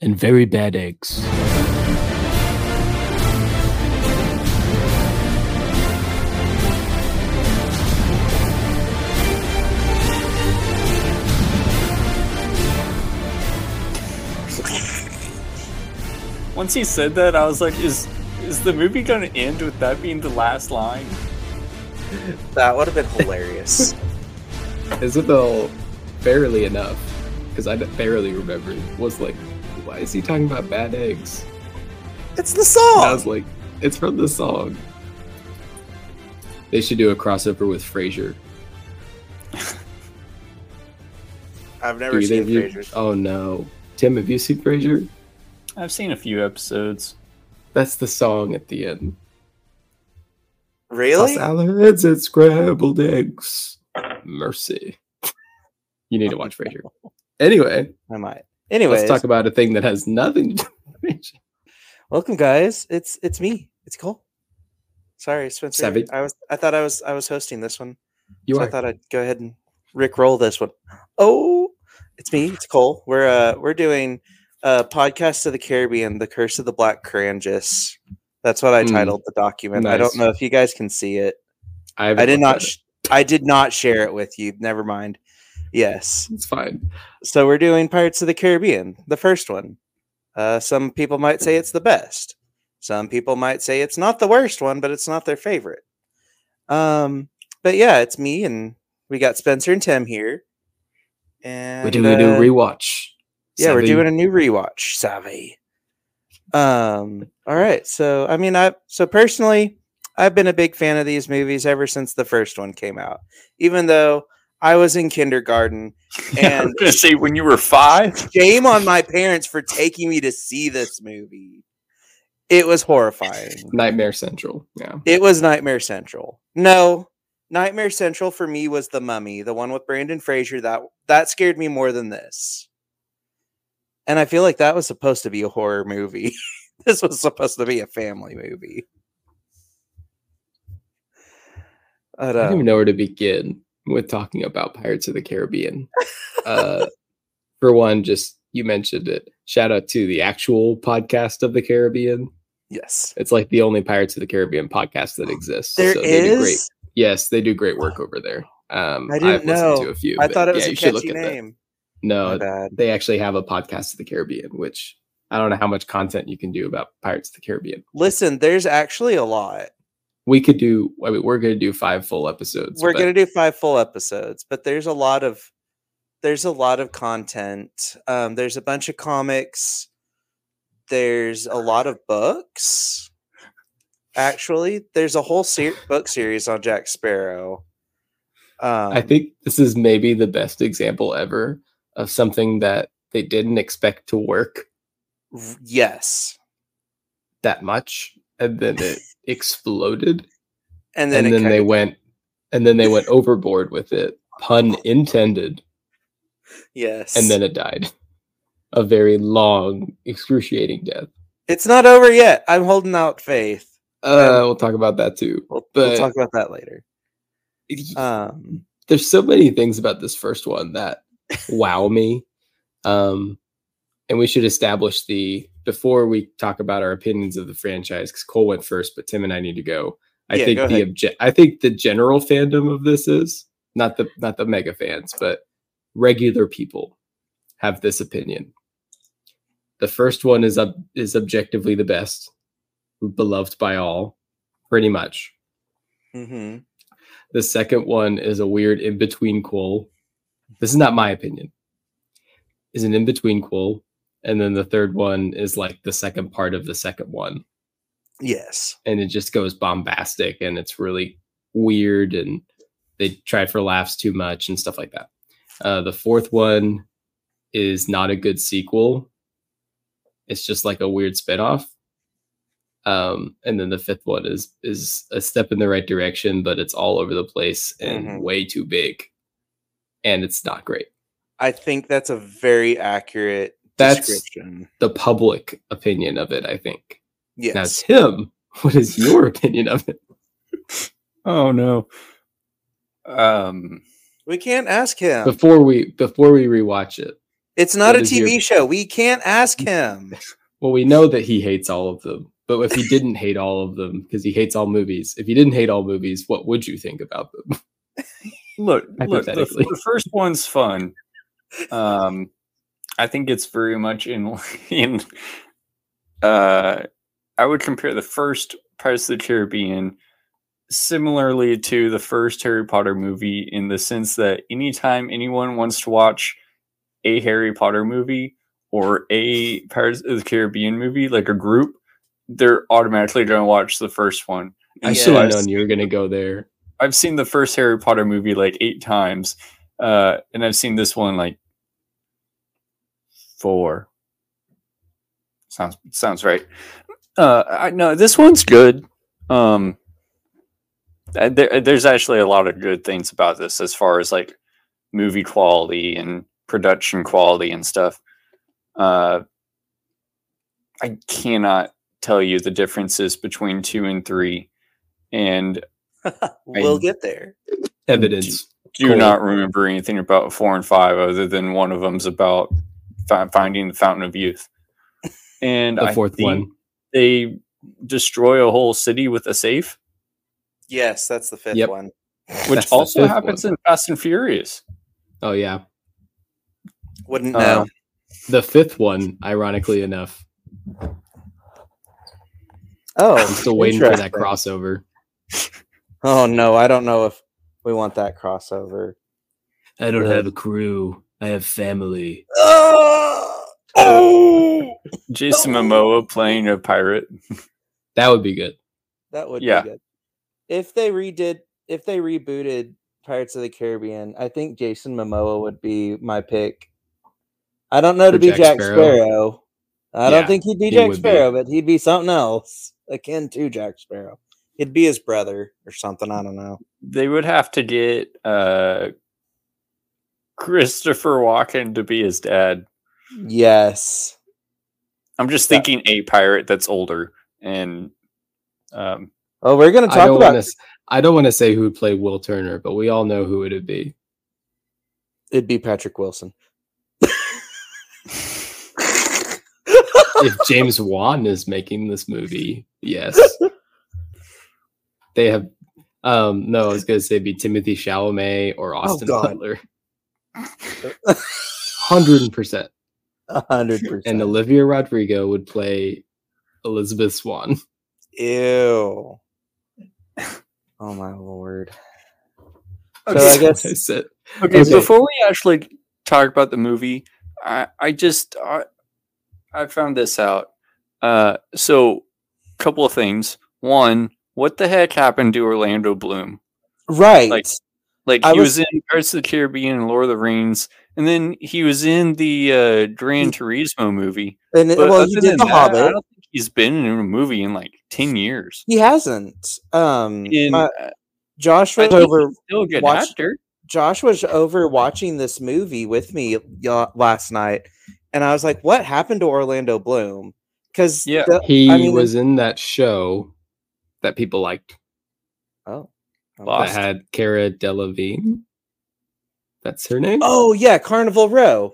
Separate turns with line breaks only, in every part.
and very bad eggs.
Once he said that, I was like, is is the movie gonna end with that being the last line?
That would have been hilarious.
Isabel, barely enough, because I barely remembered, was like, why is he talking about bad eggs?
it's the song.
And I was like, it's from the song. They should do a crossover with Frasier.
I've
Do
never
either
seen
of you-
Frasier.
Oh no. Tim, have you seen Frasier?
I've seen a few episodes.
That's the song at the end.
Really?
Salads and scrambled eggs. Mercy. You need to watch Frasier. Anyway,
I might. Anyways,
let's talk about a thing that has nothing to do with Frasier.
welcome guys. It's it's me. It's Cole. Sorry, Spencer.
Savage.
I was I thought I was I was hosting this one.
You
so I
are.
thought I'd go ahead and Rick roll this one. Oh, it's me. It's Cole. We're uh we're doing uh podcast of the Caribbean, The Curse of the Black Carangis. That's what I
Hmm.
titled the document. I don't
Nice.
know if you guys can see it.
haven't
I did
looked
not
at it.
sh- I did not share it with you. Never mind. Yes.
It's fine.
So we're doing Pirates of the Caribbean, the first one. Uh, some people might say it's the best. Some people might say it's not the worst one, but it's not their favorite. Um, but yeah, it's me and we got Spencer and Tim here. And
We're doing a
uh,
new rewatch.
yeah, we're
Savvy.
doing a new rewatch, Savvy. Um, all right. So I mean, I so personally, I've been a big fan of these movies ever since the first one came out, even though I was in kindergarten
I
and
was gonna say when you were five.
shame on my parents for taking me to see this movie. It was horrifying.
Nightmare Central. Yeah.
It was Nightmare Central. No, Nightmare Central for me was the Mummy, the one with Brandon Fraser. That that scared me more than this. And I feel like that was supposed to be a horror movie. this was supposed to be a family movie. But,
I don't
uh,
even know where to begin with talking about Pirates of the Caribbean. uh, for one, just you mentioned it. Shout out to the actual podcast of the Caribbean.
yes,
It's like the only Pirates of the Caribbean podcast that exists.
there
so
is.
they do great. Yes, they do great work over there. Um,
I didn't
I've listened
know.
to a few.
I
but
thought it was
yeah,
a
you should look
catchy
at that. Uh,
name.
No,
My bad.
they actually have a podcast of the Caribbean, which I don't know how much content you can do about Pirates of the Caribbean.
Listen, there's actually a lot.
We could do. I mean, we're going to do five full episodes.
we're
but-
gonna do five full episodes but there's a lot of there's a lot of content um there's a bunch of comics there's a lot of books actually there's a whole ser- book series on jack sparrow um
I think this is maybe the best example ever of something that they didn't expect to work
r- yes
that much, and then it exploded,
and then,
and
it
then
kinda-
they went, and then they went overboard with it, pun intended,
yes
and then it died. A very long, excruciating death.
it's not over yet i'm holding out faith
Uh, we'll talk about that too.
we'll,
But-
we'll talk about that later um
there's so many things about this first one that wow me. Um, and we should establish the before we talk about our opinions of the franchise because Cole went first, but Tim and I need to go. I
Yeah,
think
go
the
ahead.
obje- I think the general fandom of this is not the not the mega fans, but regular people have this opinion. The first one is ob- is objectively the best, beloved by all, pretty much.
mhm.
The second one is a weird in between quill. This is not my opinion. Is an in between quill, and then the third one is like the second part of the second one,
yes
and it just goes bombastic and it's really weird and they try for laughs too much and stuff like that. Uh, the fourth one is not a good sequel. It's just like a weird spinoff. Um, and then the fifth one is is a step in the right direction, but it's all over the place and
Mhm.
way too big, and it's not great.
i think that's a very accurate
That's-
description
The public opinion of it, I think.
yes
Now, Tim, what is your opinion of it?
Oh no. Um
We can't ask him.
Before we before we rewatch it,
It's not a
What is your-
TV show. We can't ask him.
Well, we know that he hates all of them. But if he didn't hate all of them, because he hates all movies, if he didn't hate all movies, what would you think about them?
Look, look, the,
Hypothetically.
the first one's fun. Um, I think it's very much in in. Uh, I would compare the first Pirates of the Caribbean similarly to the first Harry Potter movie in the sense that anytime anyone wants to watch a Harry Potter movie or a Pirates of the Caribbean movie, like a group, they're automatically going to watch the first one.
I
Yeah.
should have known you were going to go there.
I've seen the first Harry Potter movie like eight times, uh, and I've seen this one like four. Sounds sounds right. Uh, I no, this one's good. Um, uh, there, uh, there's actually a lot of good things about this as far as like movie quality and production quality and stuff. Uh, I cannot tell you the differences between two and three, and
we'll get there.
Evidence.
do
Cool.
not remember anything about four and five other than one of them's about fi- finding the fountain of youth and
The
I
fourth
think
one.
they destroy a whole city with a safe
Yes, that's the fifth
Yep.
one.
which
That's the
also
fifth
happens
one.
in fast and furious
Oh, yeah.
Wouldn't
Uh,
know.
The fifth one, ironically enough. I'm
oh,
still waiting for that
interesting.
crossover.
Oh no, I don't know if we want that crossover.
I
Uh,
don't have
a crew. I have family.
oh,
jason momoa playing a pirate
That would be good.
that would
Yeah.
be good. If they redid, if they rebooted Pirates of the Caribbean, I think Jason Momoa would be my pick. I don't know
For
to be
Jack
Jack,
Sparrow?
Sparrow. I don't
Yeah,
think he'd be
he
Jack
would be.
Sparrow, but he'd be something else akin to Jack Sparrow. He'd be his brother or something. I don't know.
they would have to get uh christopher walken to be his dad
Yes.
i'm just
Yeah.
thinking a pirate that's older and um
Oh, we're gonna
I
talk
don't
about.
want to. I don't want to say who would play Will Turner, but we all know who it would be.
It'd be Patrick Wilson.
If James Wan is making this movie, yes, they have. Um, no, I was gonna say it'd be Timothy Chalamet or Austin
Oh, God.
Butler, hundred percent.
A hundred
And
percent.
Olivia Rodrigo would play Elizabeth Swan.
Ew. Oh my lord. So I guess
I said,
Okay,
Okay.
before we actually talk about the movie, I, I just I, I found this out. Uh, so, couple of things. One, what the heck happened to Orlando Bloom?
right.
like, Like
I
he was,
was-
in Pirates of the Caribbean and Lord of the Rings, and then he was in the uh, Gran Turismo movie.
and it-
But
Uh, well,
other
he
than
did the
that, I
Hobbit.
don't think he's been in a movie in like ten years.
He hasn't. Um,
In,
my- Josh
I
was
think
over.
he's still a good
watch-
actor.
Josh was over watching this movie with me y- uh, last night, and I was like, "What happened to Orlando Bloom?" Because
Yeah.
he
I mean-
was in that show that people liked
oh,
that
Lost.
had Cara Delevingne. That's her name.
oh yeah, Carnival Row.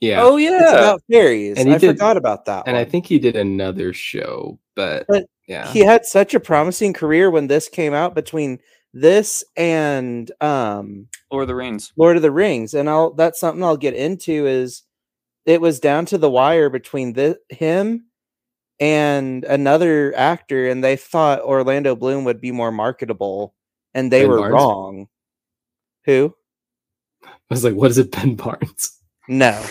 yeah.
Oh
It's
yeah,
about fairies.
And he
I
did-
forgot about that.
and I
one.
think he did another show, but,
But
yeah,
he had such a promising career when this came out between this and um
Lord of the Rings.
Lord of the Rings, and I'll that's something I'll get into is it was down to the wire between the him and another actor, and they thought Orlando Bloom would be more marketable, and they
Ben
were
Barnes?
wrong. Who?
I was like, what is it, Ben Barnes?
No.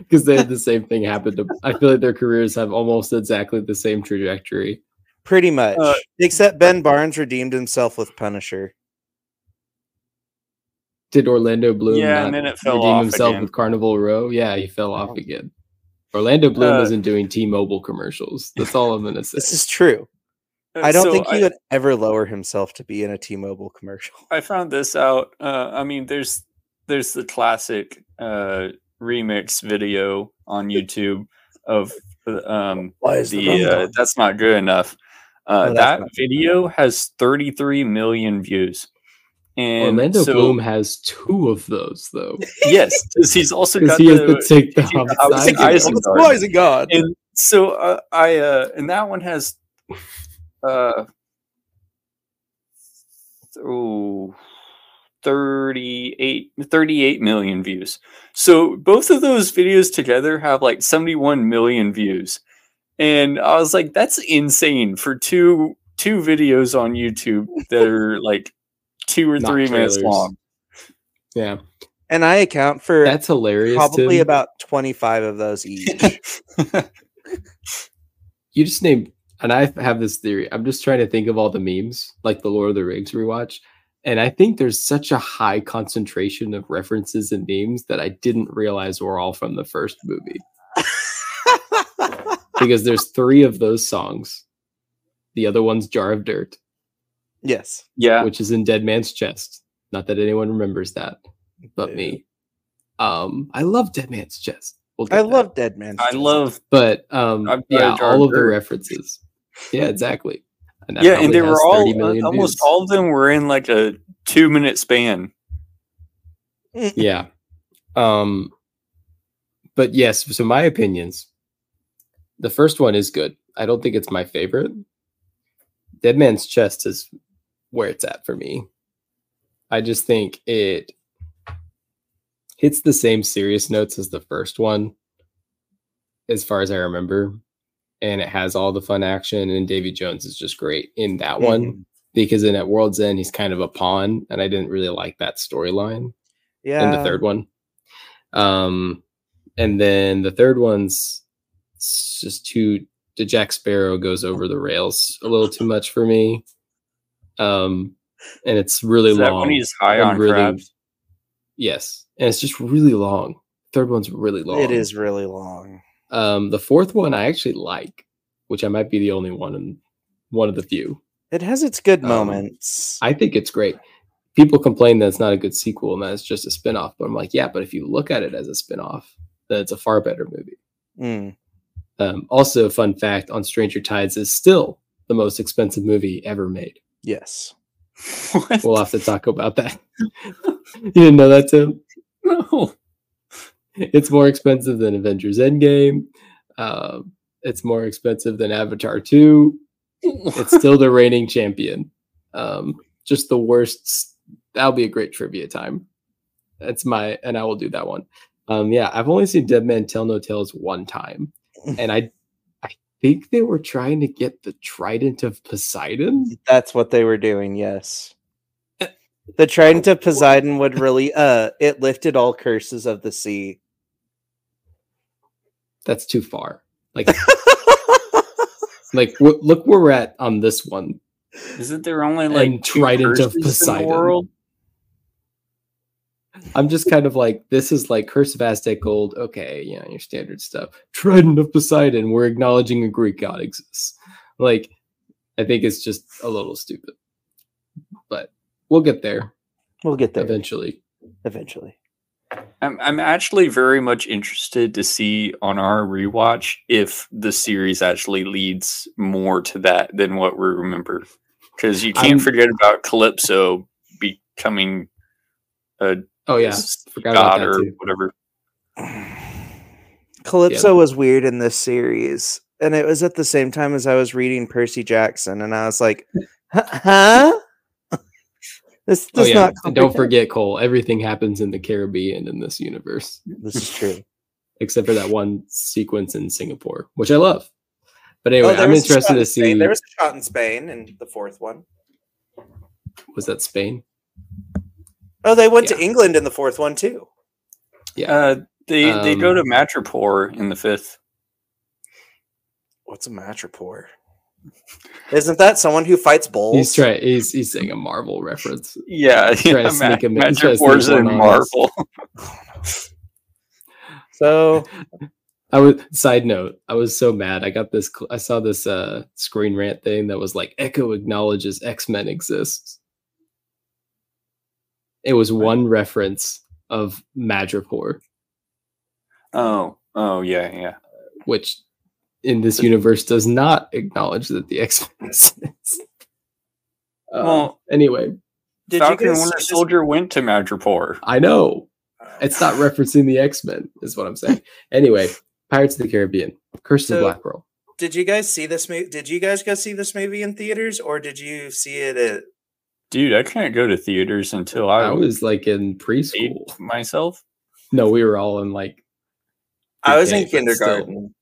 Because they had the same thing happen to. I feel like their careers have almost exactly the same trajectory.
Pretty much.
Uh,
Except Ben Barnes redeemed himself with Punisher.
Did Orlando Bloom?
yeah, and
not
then it fell
redeem
off
himself
again.
with Carnival Row. Yeah, he fell off again. Orlando Bloom
Uh,
isn't doing T-Mobile commercials. That's all I'm gonna say.
This is true.
Uh,
I don't
so
think he
I-
would ever lower himself to be in a T Mobile commercial.
I found this out. Uh, I mean, there's there's the classic uh, remix video on YouTube of um,
Why
the uh, "That's Not Good Enough." Uh,
Oh, that's
that
not good
video has 33 million views, And
Orlando
so,
Bloom has two of those though,
Yes, 'cause he's also
because
got
he has
the-
to take the
he's got the
Hobbit's
Hobbit's
eye.
Isengard.
Oh, he's a god.
and so uh, I uh, and that one has uh oh 38 38 million views. So both of those videos together have like 71 million views. And I was like that's insane for two two videos on YouTube that are like two or
Not
3 minutes
trailers.
long.
Yeah,
And I account for
that's hilarious.
probably
Tim.
about 25 of those each.
you just named and i have this theory i'm just trying to think of all the memes like the lord of the rings rewatch and i think there's such a high concentration of references and memes that i didn't realize were all from the first movie because there's three of those songs the other one's jar of dirt
yes.
Yeah.
which is in dead man's chest not that anyone remembers that but me um i love dead man's chest We'll
I
get there.
love Dead Man.
I love
but um
I've got a
yeah
jar of
all of the
dirt.
references yeah exactly and that
Yeah,
probably
and they
has
were
30
all uh,
million
almost
views.
all of them were in like a 2 minute span.
yeah um but yes so my opinions the first one is good i don't think it's my favorite dead man's chest is where it's at for me i just think it hits the same serious notes as the first one as far as i remember and it has all the fun action and davy jones is just great in that one because in at world's end he's kind of a pawn and i didn't really like that storyline
Yeah.
and the third one. Um, and then the third one's it's just too. The Jack Sparrow goes over the rails a little too much for me. Um, and it's really
Is that
long.
when he's high
and
on
really
crabs?
Yes, and it's just really long. Third one's really long.
It is really long.
Um, the fourth one I actually like, which I might be the only one and one of the few.
It has its good
Um,
moments.
I think it's great. People complain that it's not a good sequel and that it's just a spinoff, but I'm like, yeah, but if you look at it as a spinoff, then it's a far better movie.
Mm.
Um, also, fun fact on Stranger Tides is still the most expensive movie ever made.
Yes.
What?
We'll have to talk about that. you didn't know that, Tim?
no.
It's more expensive than Avengers Endgame. Um, it's more expensive than Avatar 2. It's still the reigning champion. Um, just the worst. s- That'll be a great trivia time. That's my, and I will do that one. Um, yeah, I've only seen Dead Man Tell No Tales one time, and I, I think they were trying to get the Trident of Poseidon.
That's what they were doing. Yes. The trident of Poseidon would really uh it lifted all curses of the sea.
that's too far. Like, like w- look where we're at on this one.
Isn't there only like
And
two
Trident of
curses in the
Poseidon.
world?
I'm just kind of like, this is like Curse of Aztec Gold. Okay, yeah, your standard stuff. Trident of Poseidon. We're acknowledging a Greek god exists. Like, I think it's just a little stupid, but we'll get there
we'll get there
eventually.
eventually.
I'm I'm actually very much interested to see on our rewatch if the series actually leads more to that than what we remember. Because you can't
I'm-
forget about Calypso becoming
Oh yeah, forgot about
God
that
or
too.
whatever.
Calypso was weird in this series, and it was at the same time as I was reading Percy Jackson, and I was like, "Huh? huh? this
Oh
does
yeah,
not.
and don't
comprehend."
forget Cole. Everything happens in the Caribbean in this universe.
This is true.
except for that one sequence in Singapore, which I love. But
Oh,
anyway, I'm interested to see.
There
was,
was a shot in Spain in the fourth one.
that Spain?
Oh, they went to
Yeah.
England in the fourth one too.
Yeah.
Uh, they they go
Um,
to Madripoor in the fifth.
What's a match rapport? Isn't that someone who fights bulls?
He's trying. He's he's saying a Marvel reference.
Yeah,
trying to
yeah, Ma-
sneak him in- he's trying to
Madripoor's
sneak
in
one on us.
Marvel.
So
I was side note. I was so mad. I got this. cl- I saw this uh screen rant thing that was like Echo acknowledges X Men exists. It was one reference of Madripoor,
Oh, oh yeah, yeah.
which in this universe does not acknowledge that the X Men exists. Um,
Well,
anyway,
Did
Falcon
you
and
guys
Winter
see this-
Soldier went to Madripoor.
I know it's not referencing the X Men, is what I'm saying. Anyway, Pirates of the Caribbean, Curse of
So-
the Black Pearl.
Did you guys see this movie? Did you guys go see this movie in theaters, or did you see it at?
Dude, I couldn't go to theaters until I,
I
was
was like in preschool.
myself.
No, we were all in like
I was in
Okay, but still.
kindergarten.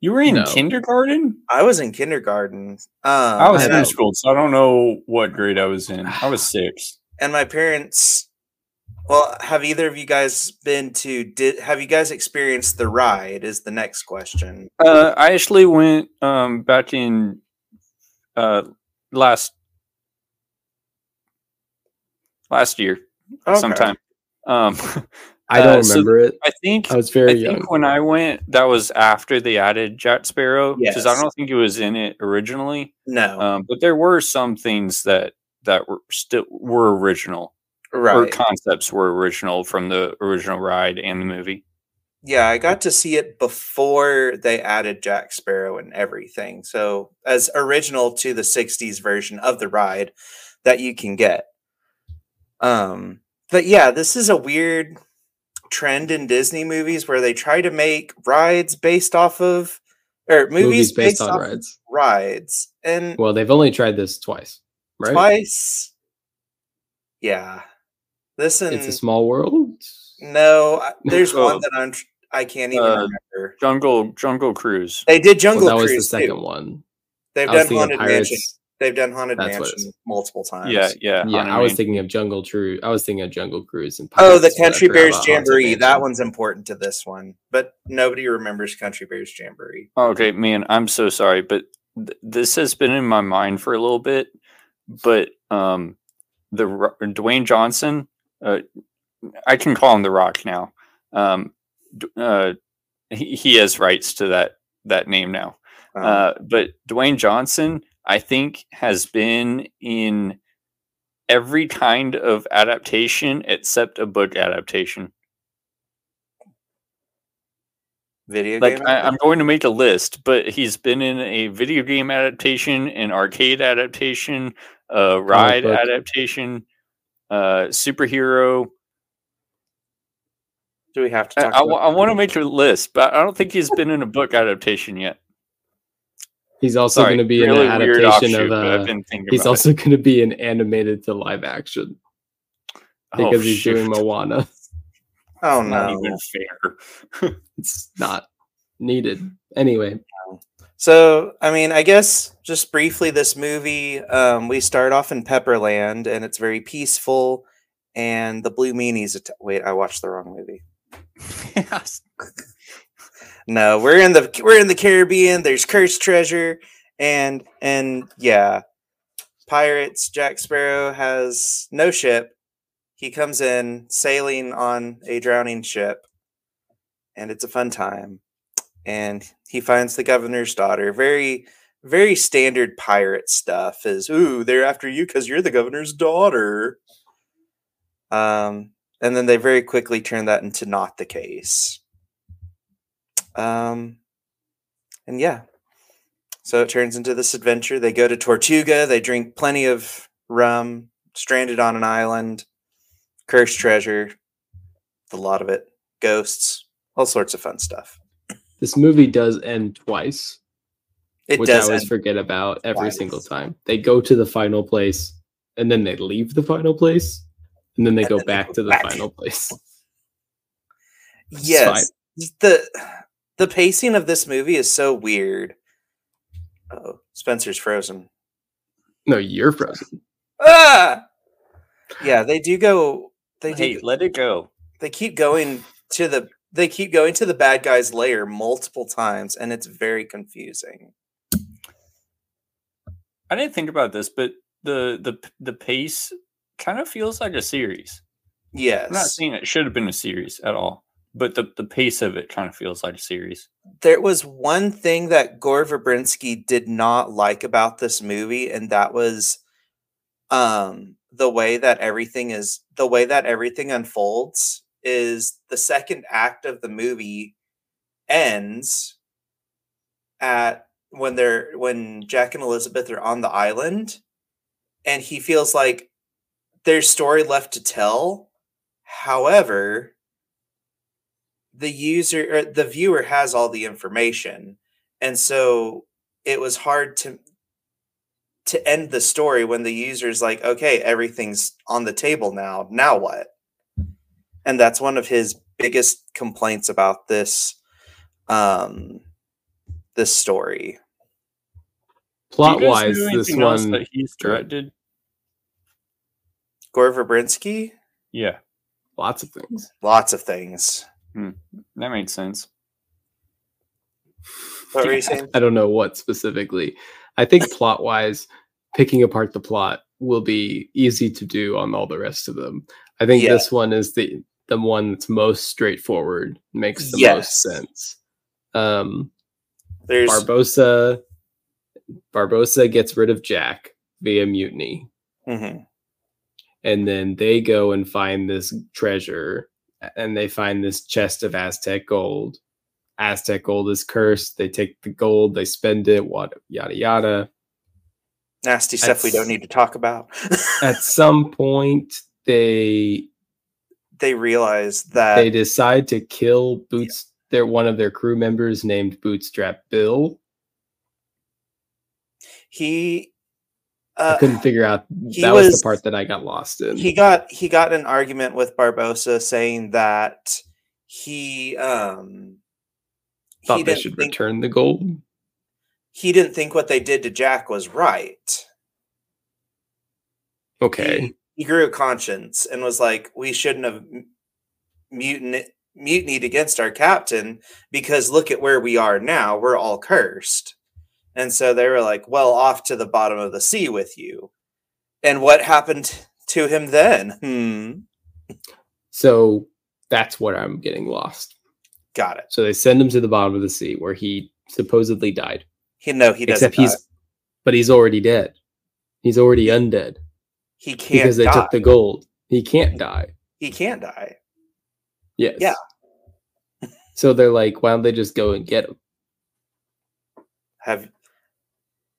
You were in
No.
kindergarten?
I was in kindergarten. Um,
Uh, I was
know.
in school, so I don't know what grade I was in. I was six.
and my parents well have either of you guys been to did have you guys experienced the ride is the next question
Uh, I actually went um, back in uh, last last year sometime. Um,
I don't
Uh, so-
remember it.
I think
I was
I
very
think
young.
when I went, that was after they added Jack Sparrow because I
Yes.
don't think it was in it originally.
no
Oh.
Um, but there were some things that that were still were original or
right
concepts were original from the original ride and the movie.
yeah i got to see it before they added jack sparrow and everything so as original to the 60s version of the ride that you can get um but yeah this is a weird trend in disney movies where they try to make rides based off of or movies, based, off of
rides.
rides and
Well, they've only tried this twice, right?
twice yeah this and
It's a small world.
no I- there's
Oh.
one that i'm tr- i can't even
Uh,
remember
Jungle Jungle Cruise.
they did
Well,
jungle
that was
cruise
the second
too.
one.
they've
I was
done
thinking
haunted
of
mansion
Pirates.
they've done haunted
That's what it
mansion
is.
multiple times
Yeah, yeah, Haunted
Yeah, I was
Mansion.
thinking of Jungle True. I was thinking of Jungle Cruise and
oh the
Pirates, but I
country
forgot
bears
about Haunted
jamboree that
Mansion.
one's important to this one but nobody remembers country bears jamboree
Okay, man, I'm so sorry, but th- this has been in my mind for a little bit. But um, the Ro- Dwayne Johnson, uh, I can call him the Rock now. Um, d- uh, he, he has rights to that that name now.
Um,
Uh, but Dwayne Johnson, I think, has been in every kind of adaptation except a book adaptation.
video
like
game
I, I'm going to make a list, but he's been in a video game adaptation, an arcade adaptation, a ride
book.
adaptation, uh, superhero.
do we have to
I,
talk
I,
about
want to make a list, but I don't think he's been in a book adaptation yet.
He's also
Sorry,
going to be
really
in an
weird
adaptation
offshoot,
of.
but I've
Uh,
been thinking
he's
about
also going to be in animated to live action
it.
because
Oh,
he's
shoot.
doing Moana.
oh
Not
no
even fair.
It's not needed anyway.
So, I mean, I guess just briefly, this movie, um, we start off in Pepperland and it's very peaceful. And the Blue Meanies. Att- Wait, I watched the wrong movie. No, we're in the we're in the Caribbean. There's cursed treasure, and and yeah, pirates. Jack Sparrow has no ship. He comes in sailing on a drowning ship, and it's a fun time. And he finds the governor's daughter. Very very standard pirate stuff is ooh they're after you because you're the governor's daughter. Um, and then they very quickly turn that into not the case. Um, and yeah, so it turns into this adventure. They go to Tortuga. They drink plenty of rum. Stranded on an island, cursed treasure, the lot of it, ghosts, all sorts of fun stuff.
This movie does end twice,
It
which I
does.
always
end-
forget about every
twice.
single time. They go to the final place and then they leave the final place and then they
And
go
then they
back
go
to the
back.
final place.
yes, the the pacing of this movie is so weird. Oh, Spencer's frozen.
No, you're frozen.
Ah, yeah, they do go. They do.
hey, let it go.
they keep going to the they keep going to the bad guy's lair multiple times and it's very confusing
I didn't think about this, but the the p- the pace kind of feels like a series. I'm not
yes
saying it should have been a series at all, but the, the pace of it kind of feels like a series.
there was one thing that gore verbinski did not like about this movie and that was um the way that everything is the way that everything unfolds is the second act of the movie ends at when they're when Jack and Elizabeth are on the island and he feels like there's story left to tell. However, the user or the viewer has all the information. And so it was hard to to end the story when the user's like, okay, everything's on the table now. Now what? And that's one of his biggest complaints about this um this story.
Plot wise, this one
that he's directed.
Gore Verbinski,
Yeah,
lots of things.
lots of things.
that made sense.
What were you saying?
I don't know what specifically. I think plot wise, picking apart the plot will be easy to do on all the rest of them. I think
Yeah.
this one is the the one that's most straightforward, makes the
Yes.
most sense. Um,
There's
Barbosa Barbosa gets rid of Jack via mutiny,
Mhm.
and then they go and find this treasure, and they find this chest of Aztec gold. Aztec gold is cursed. They take the gold, they spend it, what yada yada.
nasty stuff we
That's-
don't need to talk about.
At some point, they
they realize that
they decide to kill Boots. Their one of their crew members named Bootstrap Bill.
he
I
uh,
couldn't figure out
he
that was,
was-
the part that I got lost in.
he got he got in an argument with Barbosa saying that he um
Thought
he
they
didn't
should
think,
return the gold.
he didn't think what they did to Jack was right.
Okay.
He grew a conscience and was like, "We shouldn't have mutin mutinied against our captain because look at where we are now. We're all cursed." And so they were like, "Well, off to the bottom of the sea with you." And what happened to him then? Hmm.
So that's where I'm getting lost.
Got it.
So they send him to the bottom of the sea where he supposedly died.
He no, he doesn't.
Except he's,
die.
but he's already dead. He's already undead
he can't
because they
die.
took the gold. He can't die.
he can't die.
Yes. So they're like, why don't they just go and get him?
Have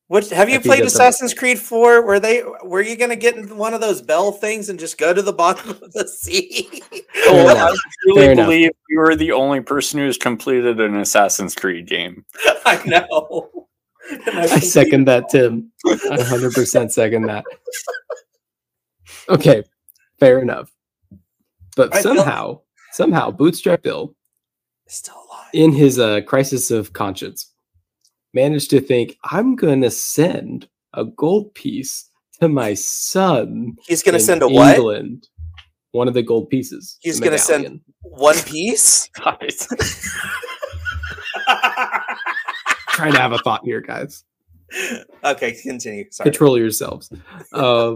what? Have you
If he
played
doesn't-
Assassin's Creed Four? Were they? Were you gonna get in one of those bell things and just go to the bottom of the sea?
Fair
Well,
enough.
I really
Fair enough.
believe you are the only person who's completed an Assassin's Creed game.
I know. And
I second that, Tim. I 100% second that. Okay, fair enough. But
I feel-
somehow, somehow, Bootstrap Bill
Still alive.
in his uh, crisis of conscience, managed to think, I'm going to send a gold piece to my son.
He's gonna
in
send a what?
England, One of the gold pieces. the
He's gonna send-
medallion.
One piece.
Guys,
Trying to have a thought here, guys.
okay, continue. Sorry.
Control yourselves. Uh,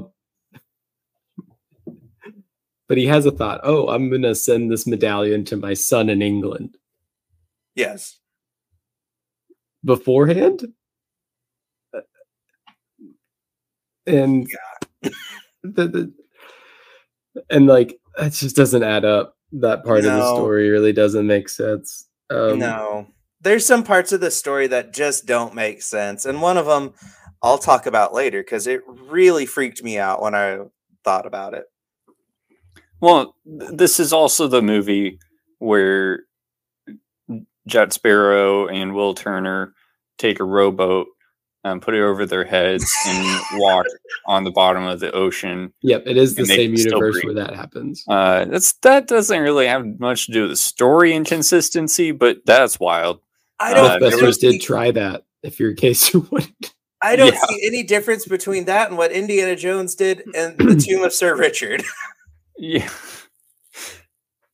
but he has a thought. Oh, I'm going to send this medallion to my son in England.
Yes.
beforehand Uh, and the, the, and like it just doesn't add up that part of the
No.
story really doesn't make sense um
no. There's some parts of the story that just don't make sense, and one of them I'll talk about later because it really freaked me out when I thought about it.
well, th- this is also the movie where Jet Sparrow and Will Turner take a rowboat and put it over their heads and walk on the bottom of the ocean.
yep it is the
And they
same
can still
universe
breathe.
where that happens
Uh, that's that doesn't really have much to do with the story inconsistency, but that's wild.
I
Uh,
don't.
both
there
I
Busters
don't,
did
see,
try that if you're in case you would
I don't
Yeah.
see any difference between that and what Indiana Jones did and the Tomb of Sir Richard.
Yeah.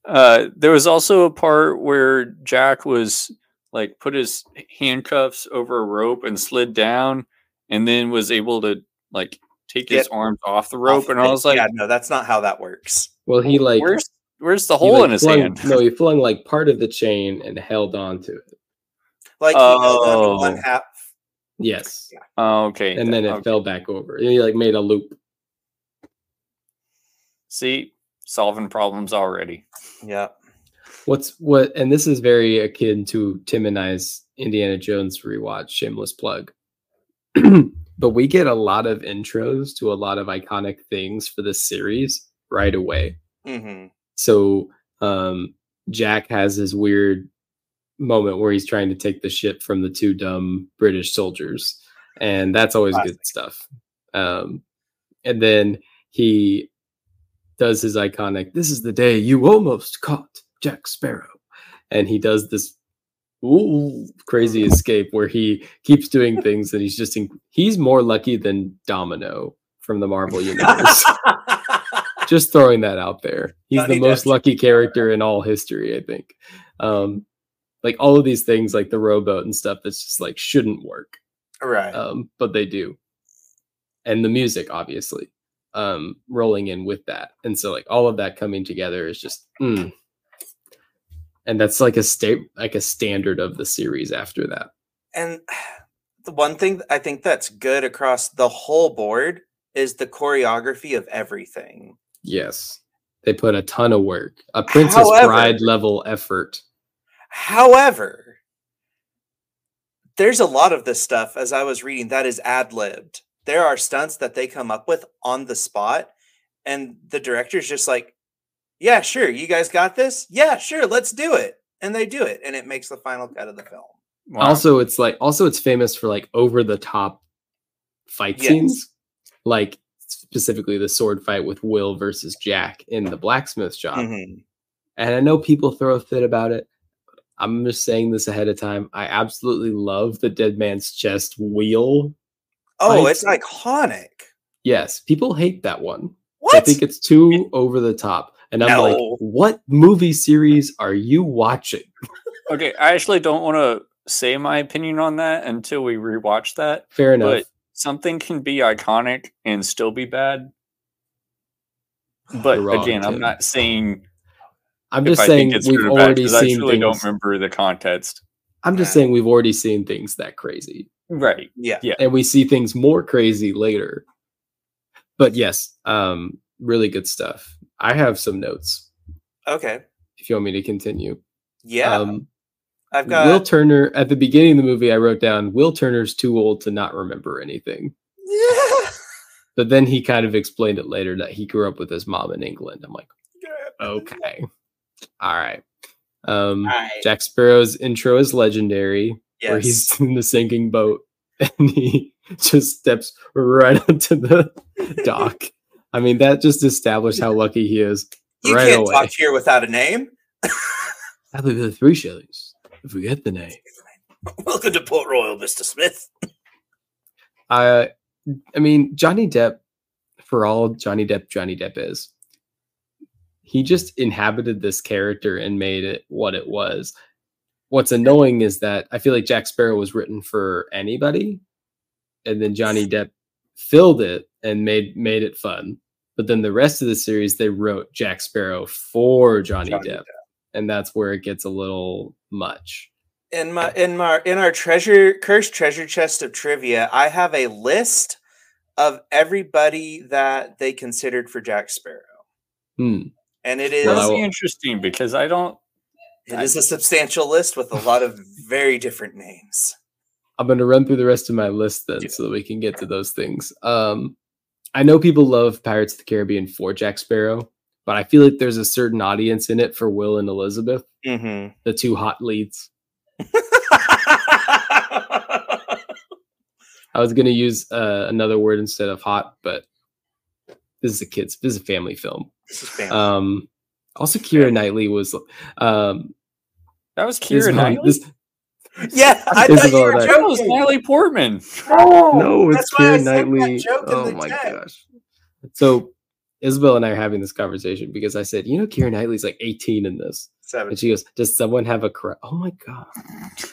Uh, there was also a part where Jack was like put his handcuffs over a rope and slid down, and then was able to like take his arms off the rope. and I was like,
"Yeah, no, that's not how that works."
well he like
"Where's where's the
he,
hole
like,
in his
flung-
hand?"
no he flung like part of the chain and held on to it
Like, you know,
Oh.
the one half.
yes
Oh, okay,
and then it
okay.
fell back over and he like made a loop
See, solving problems already.
Yeah,
What's what, and this is very akin to Tim and I's Indiana Jones rewatch, shameless plug. but we get a lot of intros to a lot of iconic things for this series right away.
Mm-hmm.
So um, Jack has his weird moment where he's trying to take the ship from the two dumb British soldiers, and that's always good stuff. Um, and then he does his iconic "This is the day you almost caught Jack Sparrow," and he does this ooh, crazy escape where he keeps doing things and he's just in, he's more lucky than Domino from the Marvel universe. just throwing that out there. He's
Johnny
the most
Depp.
lucky character in all history, I think. Um, like all of these things, like the rowboat and stuff, that's just like shouldn't work,
Right.
Uh.
um, but they do. And the music, obviously, um, rolling in with that, and so like all of that coming together is just, mm. and that's like a state, like a standard of the series after that.
and the one thing I think that's good across the whole board is the choreography of everything.
Yes, they put a ton of work, a Princess
However-
Bride level effort.
However, there's a lot of this stuff as I was reading that is ad libbed. There are stunts that they come up with on the spot, and the director's just like, Yeah, sure, you guys got this? Yeah, sure, let's do it. And they do it, and it makes the final cut of the film.
Wow.
Also, it's like also it's famous for like over the top fight
Yes.
scenes, like specifically the sword fight with Will versus Jack in the blacksmith shop.
Mm-hmm.
And I know people throw a fit about it. I'm just saying this ahead of time. I absolutely love the dead man's chest wheel.
Oh,
Fight
it's iconic.
Yes, people hate that one. I
What?
think it's too over the top. And I'm like,
No.
what movie series are you watching?
okay, I actually don't want to say my opinion on that until we rewatch that.
Fair enough.
But something can be iconic and still be bad. But
You're wrong,
again, I'm
Tim.
not saying
I'm
if
just
I
saying
think it's
we've
good or bad
already
because I
seen
truly
things.
don't remember the context.
I'm just
Yeah.
saying we've already seen things that crazy,
Right.
yeah.
and we see things more crazy later. But yes, um, really good stuff. I have some notes
Okay.
if you want me to continue.
Yeah.
Um,
I've got
Will Turner at the beginning of the movie, I wrote down Will Turner's too old to not remember anything. But then he kind of explained it later that he grew up with his mom in England. I'm like, okay, all right. Um, Jack Sparrow's intro is legendary. where he's in the sinking boat and he just steps right onto the dock. I mean, that just established how lucky he is.
you
right
can't
away.
talk here without a name.
I believe the three shillings. I forget the name.
Welcome to Port Royal, Mr. Smith.
I, Uh, I mean, Johnny Depp, for all Johnny Depp, Johnny Depp is, he just inhabited this character and made it what it was. What's annoying is that I feel like Jack Sparrow was written for anybody, and then Johnny Depp filled it and made made it fun. But then the rest of the series, they wrote Jack Sparrow for Johnny,
Johnny
Depp, and that's where it gets a little much.
In my in my in our treasure cursed treasure chest of trivia, I have a list of everybody that they considered for Jack Sparrow.
Hmm.
And it
Well,
is
I
That's
will-
interesting because I don't
it is a substantial list with a lot of very different names.
I'm going to run through the rest of my list then
Yeah.
so that we can get to those things. Um, I know people love Pirates of the Caribbean for Jack Sparrow, but I feel like there's a certain audience in it for Will and Elizabeth,
Mm-hmm.
the two hot leads. I was going to use uh, another word instead of hot, but this is a kids, this is a family film.
this is family.
Um, also, Kira Knightley was um,
that was Kira
Isabel-
Knightley.
this-
yeah, I thought you
Isabella
were
Knight.
that was
joking.
Natalie Portman.
no, it's
Oh, that's why I
Kira
said that
Knightley.
joke in
Oh
the
my
text.
gosh. So Isabel and I are having this conversation because I said, you know, Kira Knightley's like 18 in this.
Seven.
And she goes, Does someone have a crush? Oh my God.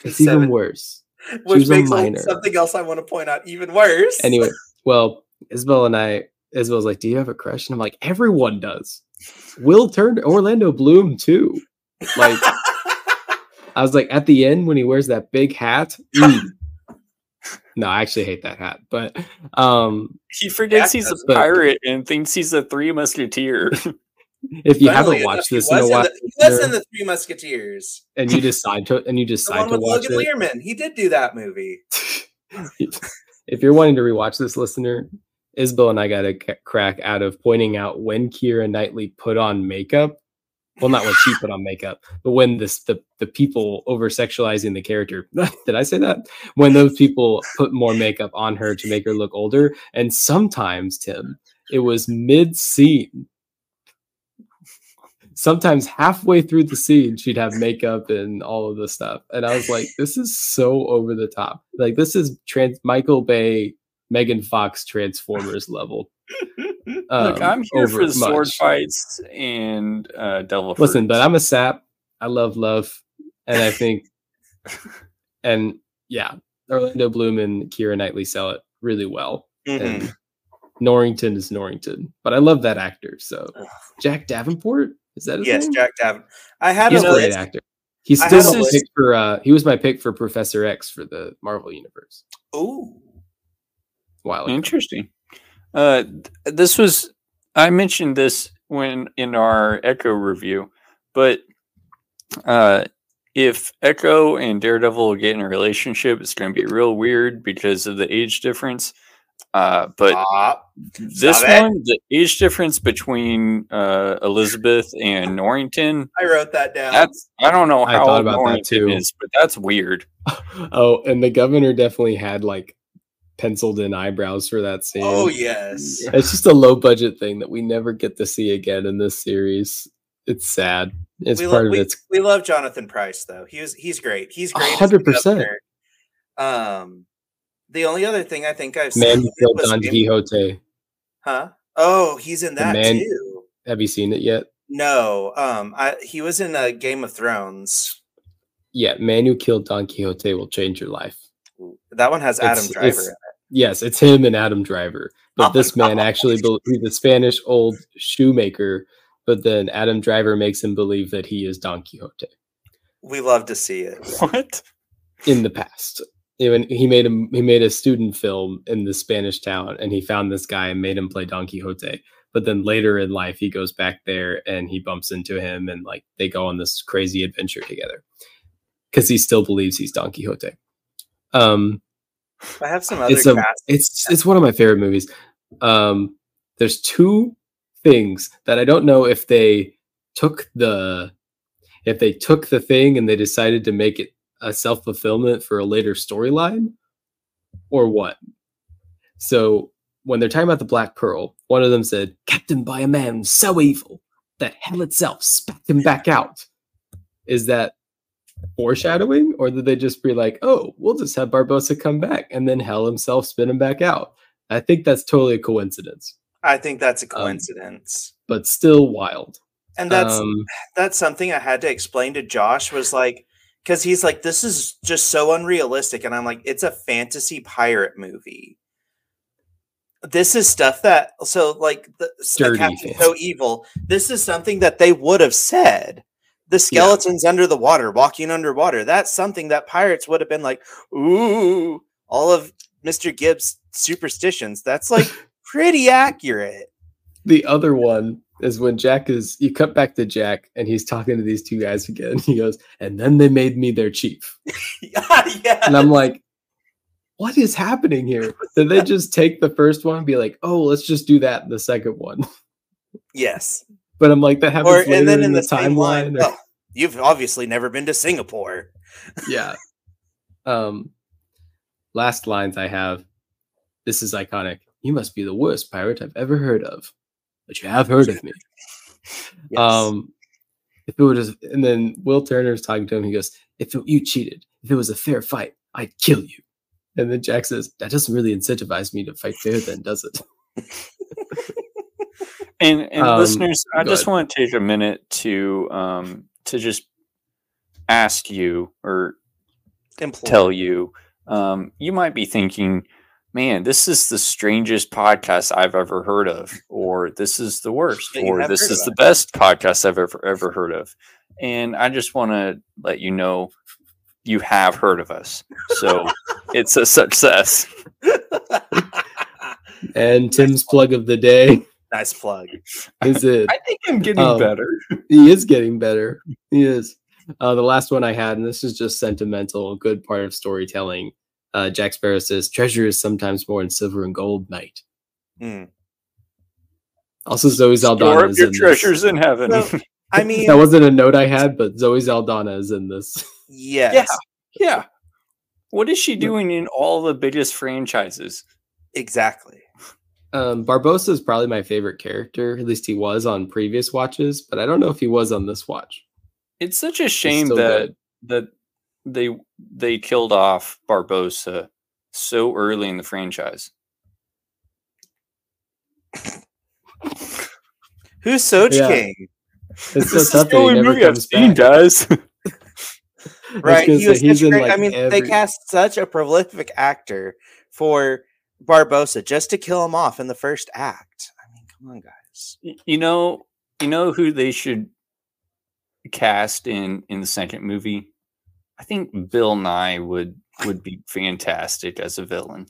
It's
Seven.
even worse.
Which
was a
makes all-
minor.
something else I want to point out even worse.
Anyway, well, Isabel and I, Isabel's like, Do you have a crush? And I'm like, Everyone does. Will Turner, Orlando Bloom, too. Like, I was like, At the end, when he wears that big hat. mm. No, I actually hate that hat, but um,
He forgets
Jack
he's a
does,
but-
pirate and thinks he's a three musketeer.
if
Funnily
you haven't
enough,
watched
he
this in
was
a while,
the- he was in the Three Musketeers.
and you decide to and you
The
decide
one
to
with
watch
Logan
it.
Learman. He did do that movie.
if you're wanting to rewatch this, listener, Isabel and I got a c- crack out of pointing out when Kira Knightley put on makeup. Well, not when she put on makeup, but when this the the people over sexualizing the character. Did I say that? When those people put more makeup on her to make her look older, and sometimes Tim, it was mid scene. Sometimes halfway through the scene, she'd have makeup and all of this stuff, and I was like, "This is so over the top! Like this is trans Michael Bay Megan Fox Transformers level.
Mm-hmm.
Look, I'm here for
Um, over
the sword
much.
fights and uh, devil.
Listen, but
fruits.
I'm a sap. I love love, and I think, and yeah, Orlando Bloom and Kira Knightley sell it really well.
Mhm.
And
Mm-hmm.
Norrington is Norrington, but I love that actor. So Jack Davenport is that his
Yes,
name?
Jack Davenport. I had
He's
a
a great
list.
actor. He's
I
still
had a
my
list.
pick for. Uh, he was my pick for Professor X for the Marvel Universe.
Ooh.
a While ago.
Interesting. Uh, th- this was I mentioned this when in our Echo review, but uh, if Echo and Daredevil get in a relationship, it's going to be real weird because of the age difference. Uh, but
Stop.
this
stop it.
one, the age difference between uh, Elizabeth and Norrington,
I wrote that down.
that's I don't know
I
how
thought
old
about that
Norrington
too.
is, but that's weird.
Hmm?
oh, and the governor definitely had like penciled in eyebrows for that scene.
oh yes.
It's just a low budget thing that we never get to see again in this series. It's sad. It's
we,
part
lo-
of
we,
its
we love Jonathan Price though. He was he's great. He's
A
great. as the
hundred percent.
governor. Um, the only other thing I think I've
man
seen
who killed
was
Don
him-
Quixote.
huh? Oh, he's in
The
that
man-
too.
Have you seen it yet?
No, um, I he was in uh, Game of Thrones.
Yeah, man who killed Don Quixote will change your life.
That one has Adam
It's-
Driver.
it's-
in it.
Yes, it's him and Adam Driver. But
Oh,
this man actually bel- he's a Spanish old shoemaker, but then Adam Driver makes him believe that he is Don Quixote.
We love to see it.
What?
in the past. Even he made him he made a student film in the Spanish town and he found this guy and made him play Don Quixote. But then later in life he goes back there and he bumps into him and like they go on this crazy adventure together. Cause he still believes he's Don Quixote. Um
I have some other
It's a-
cast.
it's it's one of my favorite movies. Um there's two things that I don't know if they took the if they took the thing and they decided to make it a self-fulfillment for a later storyline or what. So when they're talking about the Black Pearl, one of them said, Captain by a man so evil that hell itself spat him back out. Is that foreshadowing? Or did they just be like, oh, we'll just have Barbosa come back and then hell himself spin him back out? I think that's totally a coincidence,
I think that's a
um,
coincidence.
but still wild.
and that's
um,
that's something I had to explain to Josh was like, because he's like, this is just so unrealistic. And I'm like, it's a fantasy pirate movie. This is stuff that, so like, the s- a
Dirty
Captain
fantasy.
So Evil, this is something that they would have said. The skeletons under the water, walking underwater. That's something that pirates would have been like, ooh, all of Mr. Gibbs' superstitions. That's like pretty accurate.
the other one is when Jack is you cut back to Jack and he's talking to these two guys again. He goes, and then they made me their chief.
yeah.
And I'm like, what is happening here? Did they just take the first one and be like, oh, let's just do that in the second one?
Yes.
But I'm like, that happens
or
later
and then in the, same line,
timeline. or-
"Oh, you've obviously never been to Singapore.
yeah. Um, last lines I have. This is iconic. You must be the worst pirate I've ever heard of, but you have heard of me.
Yes.
Um, if it was, and then Will Turner's talking to him. He goes, "If it, you cheated, if it was a fair fight, I'd kill you." And then Jack says, "That doesn't really incentivize me to fight fair, then, does it?"
and and
Um,
listeners i
go
just
ahead.
want to take a minute to um to just ask you or
Implore.
tell you um you might be thinking man this is the strangest podcast i've ever heard of or this is the worst
That you
or
have
this
heard
is
of.
the best podcast i've ever ever heard of and i just want to let you know you have heard of us so it's a success
And Tim's plug of the day
nice plug.
is it.
i think i'm getting
Um,
better
he is getting better. He is. Uh, the last one I had, and this is just sentimental, a good part of storytelling, Uh, Jack Sparrow says, "Treasure is sometimes more in silver and gold, knight."
Mm.
Also, Zoe
Store
Saldana
up
is
your
in this.
treasures in heaven.
So, I mean,
That wasn't a note I had, but Zoe Saldana is in this.
yes,
yeah. What is she doing in all the biggest franchises?
exactly.
Um, Barbosa is probably my favorite character. At least he was on previous watches, but I don't know if he was on this watch.
It's such a
He's
shame
still
that
good.
that they they killed off Barbosa so early in the franchise.
Who's Soch
Yeah.
King?
it's so tough that he never comes back.
guys.
I was
Right?
gonna
He was
say, he's
such a
in,
great. I
like,
mean, they
every-
cast such a prolific actor for Barbosa just to kill him off in the first act. I mean, come on, guys.
Y- you know you know who they should cast in in the second movie i think bill nye would would be fantastic as a villain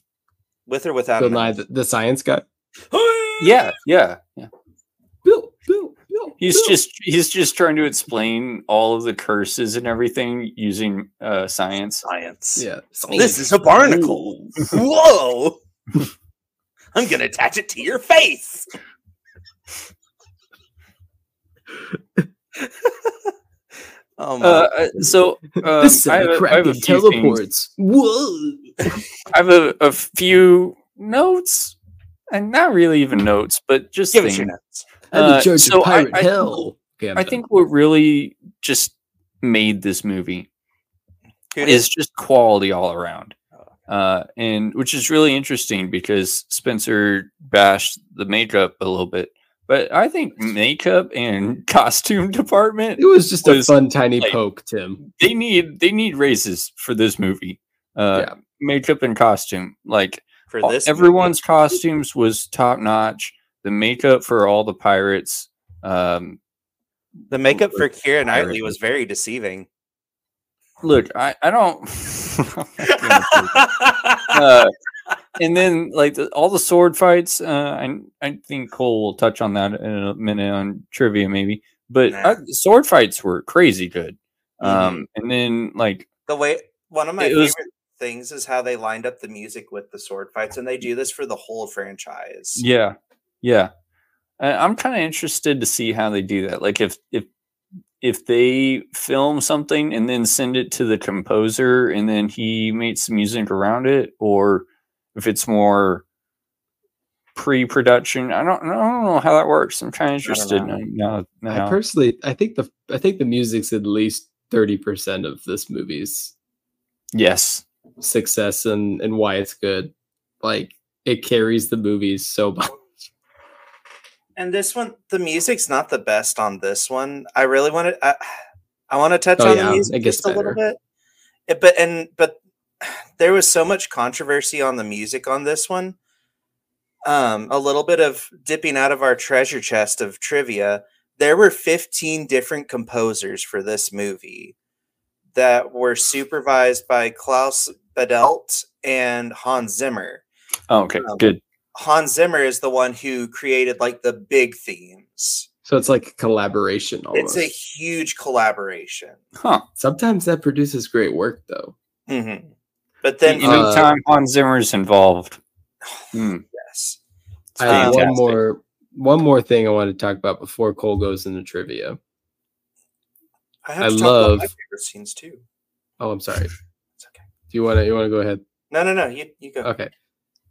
With or without
Bill
him.
Nye, the, the science guy.
yeah yeah yeah
Bill, Bill, Bill.
he's
Bill.
just he's just trying to explain all of the curses and everything using uh science
science.
yeah.
This is a barnacle. Whoa! I'm gonna attach it to your face. oh my!
uh, uh, so um,
this
I, have
son of
a, I
crap
have a
can
few things-
teleports. Whoa!
I have a, a few notes and not really even notes but just
Give us
things.
your notes.
I'm
Uh,
in charge
so
of
I-
pirate
I-
hell. Okay, I'm
I
done.
think what really just made this movie
Who
is just quality all around.
Oh.
Uh, and which is really interesting because Spencer bashed the makeup a little bit, but I think makeup and costume department
it was just
was,
a fun tiny
like,
poke, Tim.
they need they need raises for this movie. Uh,
yeah,
makeup and costume, like
for
all-
this movie?
everyone's costumes was top notch. The makeup for all the pirates, um,
The makeup for
pirate
Kira Knightley was very deceiving.
look i i don't uh, and then like the, all the sword fights uh I, I think cole will touch on that in a minute on trivia maybe but
Nah. Mm-hmm.
uh, sword fights were crazy good um and then like
the way one of my
It
favorite
was-
things is how they lined up the music with the sword fights, and they do this for the whole franchise.
yeah yeah I, i'm kind of interested to see how they do that like if if if they film something and then send it to the composer and then he makes music around it or if it's more pre-production i don't, I don't know how that works i'm kind of interested
know.
now, now,
I personally, I think the I think the music's at least thirty percent of this movie's
yes
success and and why it's good. Like it carries the movies so much.
And this one, the music's not the best on this one. I really want to. I, I want to touch
Oh,
on
yeah,
the music
it gets
just a little
better.
bit. It- but and but there was so much controversy on the music on this one. Um, a little bit of dipping out of our treasure chest of trivia. There were 15 different composers for this movie that were supervised by Klaus Badelt and Hans Zimmer.
oh, okay
Um,
good
Hans Zimmer is the one who created like the big themes.
So it's like a collaboration
It's
almost.
a huge collaboration.
huh
Sometimes that produces great work though.
Mhm. But
then
then,
You
uh,
know-
anytime hans zimmer's involved Hmm,
yes.
it's
I have one
fantastic.
more one more thing I want to talk about before Cole goes into trivia.
have
I
to talk about my
love-
favorite scenes too.
Oh, I'm sorry.
It's okay.
Do you want to you want to go ahead?
No, no, no. You, you go.
Okay.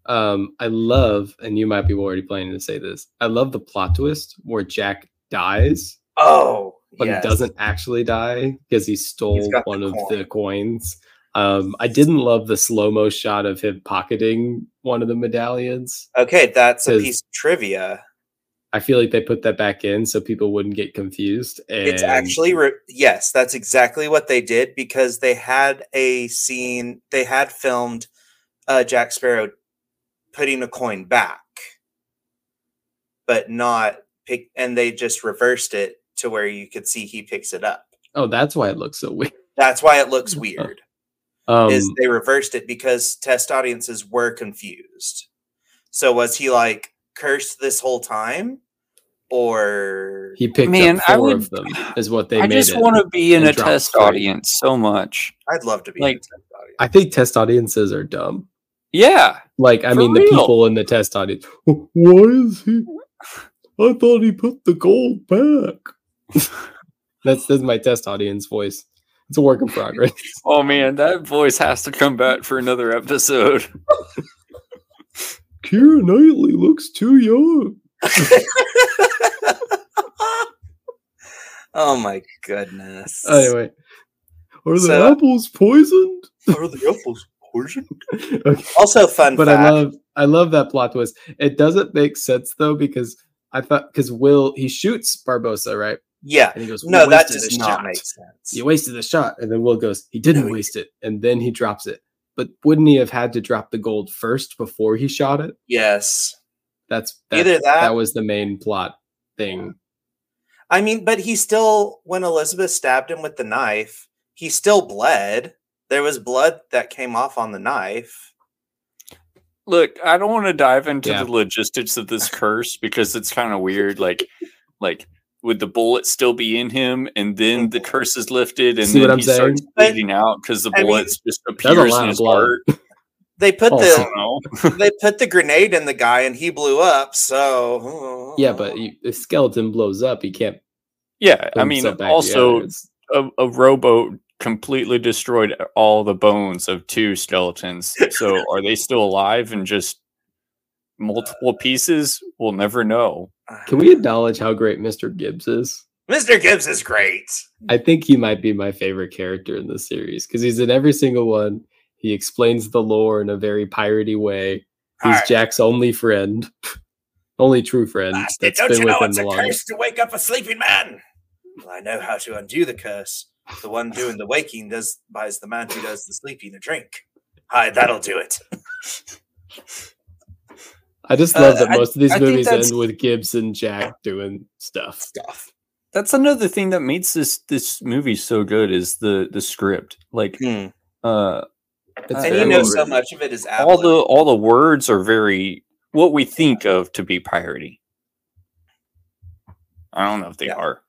Um, I love, and you might be already planning to say this. I love the plot twist where Jack dies,
Oh,
but
yes.
he doesn't actually die because he stole
got the
one of
coin.
the coins. Um, I didn't love the slow mo shot of him pocketing one of the medallions.
Okay, that's a
Says-
piece of trivia.
I feel like they put that back in so people wouldn't get confused. And
It's actually re- yes, that's exactly what they did because they had a scene. They had filmed uh, Jack Sparrow putting a coin back, but not pick, and they just reversed it to where you could see he picks it up.
oh, that's why it looks so weird.
That's why it looks weird.
uh, Um,
is they reversed it because test audiences were confused. So was he like cursed this whole time, or
he picked
Man,
up
I
four
would-
of them, is what they
I
made.
just
it.
want to be in
and
a
drop
test
three.
audience so much.
I'd love to be in
like,
a test audience.
I think test audiences are dumb.
Yeah.
Like, I
For
mean,
real.
the people in the test audience. Why is he? I thought he put the gold back. that's that's my test audience voice. It's a work in progress.
Oh man, that voice has to come back for another episode.
Kira Knightley looks too young.
oh my goodness.
Anyway, uh, are the
So-
apples poisoned?
Are the apples poisoned? Also, fun
but
fact.
I love I love that plot twist. It doesn't make sense though because I thought because Will he shoots Barbosa right,
yeah.
and he goes
No,
"We
that
wasted
does
this
not
shot.
make sense.
You wasted the shot, and then Will goes he didn't
No, he
waste it, and then he drops it. But wouldn't he have had to drop the gold first before he shot it?
Yes.
That's
Either that-
that was the main plot thing.
I mean, but he still, when Elizabeth stabbed him with the knife, he still bled. There was blood that came off on the knife.
Look, I don't want to dive into
Yeah.
the logistics of this curse because it's kind of weird. Like, like would the bullet still be in him, and then the curse is lifted, and
See what
then
I'm
he starts
saying?
bleeding out because the
I mean,
bullets just
a
appears
lot
in
of
his
blood.
heart.
They put
Oh,
I
the
don't know.
they put the grenade in the guy and he blew up. So
Yeah, but you, if skeleton blows up, he can't.
Yeah, I
pull
mean,
himself back
also
together. It's-
a, a rowboat completely destroyed all the bones of two skeletons. So are they still alive and just multiple pieces? We'll never know.
uh,
can we acknowledge how great Mr. Gibbs is?
Mr. Gibbs is great.
I think he might be my favorite character in the series because he's in every single one. He explains the lore in a very piratey way. He's
Alright.
Jack's only friend, only true friend
Bastard,
that's
Uh, don't
been
you know
with him
it's
the
a
longest.
curse to wake up a sleeping man? Well, I know how to undo the curse. The one doing the waking does buys the man who does the sleeping a drink. Hi, that'll do it.
I just
Uh,
love that
I-
most of these
I think
movies
that's-
end with Gibbs and Jack doing stuff.
Stuff.
That's another thing that makes this this movie so good is the the script. Like
Mm-hmm.
uh
It's
And
And
very
you know,
well
so
written.
much of it is
all
Avalon.
the all the words are very what we think of to be piratey. I don't know if they
Yeah.
are.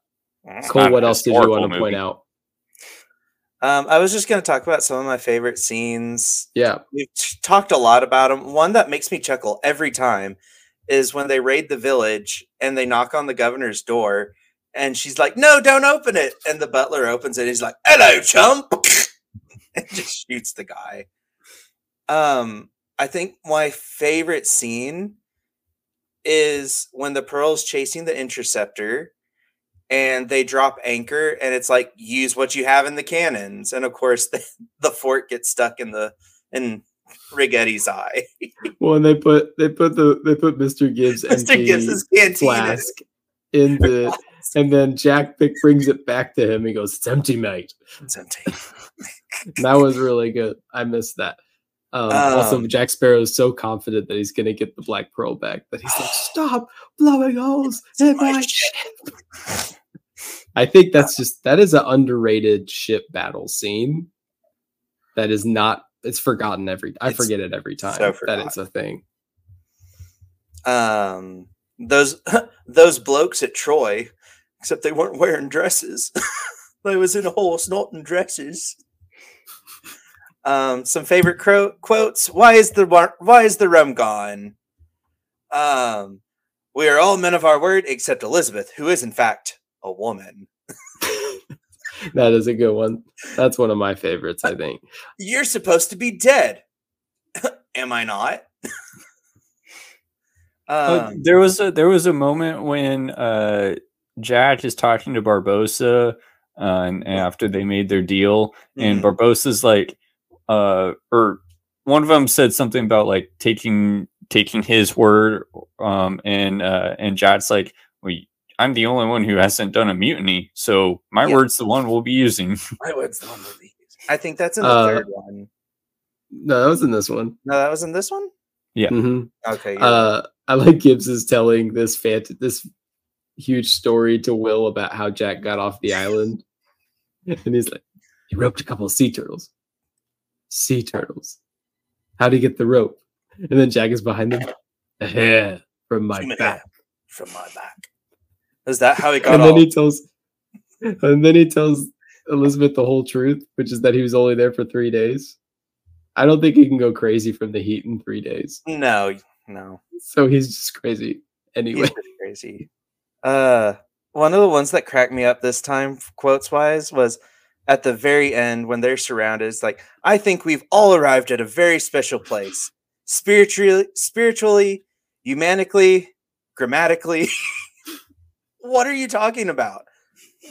Mm.
Cole,
not a
what else did you
historical
want to point
movie.
out?
Um, I was just going to talk about some of my favorite scenes
Yeah,
we've t- talked a lot about them. One that makes me chuckle every time is when they raid the village and they knock on the governor's door, and she's like, "No, don't open it." And the butler opens it. he's like, "Hello, chump," and just shoots the guy. Um, I think my favorite scene is when the pearl's chasing the interceptor. And they drop anchor, and it's like use what you have in the cannons. And of course, the, the fort gets stuck in the in Rigetti's eye.
well, and they put they put the they put Mr. Gibbs
Mr.
empty
Gibbs's canteen.
flask in the, and then Jack pick, brings it back to him. He goes, "It's empty, mate."
It's empty.
that was really good. I missed that. Um, also,
Um,
Jack Sparrow is so confident that he's going to get the Black Pearl back that he's like, "Stop blowing holes in
my
my ship." I think that's just that is an underrated ship battle scene. That is not. It's forgotten every. I
It's
forget it every time that it's a thing.
Um, those those blokes at Troy, except they weren't wearing dresses. they was in a horse, not in dresses. Um, some favorite cro- quotes. Why is the wa- why is the rum gone? Um, we are all men of our word, except Elizabeth, who is in fact a woman.
That is a good one. That's one of my favorites. I think.
You're supposed to be dead. Am I not?
Uh,
um,
there was a there was a moment when uh, Jack is talking to Barbosa, uh, and, and after they made their deal, and
mhm.
Barbosa's like, uh, or one of them said something about like taking taking his word, um, and uh, and Jack's like, well, y- I'm the only one who hasn't done a mutiny, so my
Yeah.
word's the one we'll be using.
My word's the one movie. I think that's in the
Mm-hmm. Uh,
third one.
No, that was in this one.
No, that was in this one.
Yeah.
Mhm.
Okay. you're right.
uh, I like Gibbs is telling this fant- this huge story to Will about how Jack got off the island, and he's like, he roped a couple of sea turtles. Sea turtles. How do you get the rope? And then Jack is behind them. A hair from my
Human hair
back.
from my back. Is that how he got
And then
off?
he tells, and then he tells Elizabeth the whole truth, which is that he was only there for three days. I don't think he can go crazy from the heat in three days.
No, no.
So he's just crazy
He's
anyway.
pretty crazy. Uh, one of the ones that cracked me up this time, quotes wise, was at the very end when they're surrounded. It's like, I think we've all arrived at a very special place, spiritually, spiritually, humanically, grammatically. what are you talking about?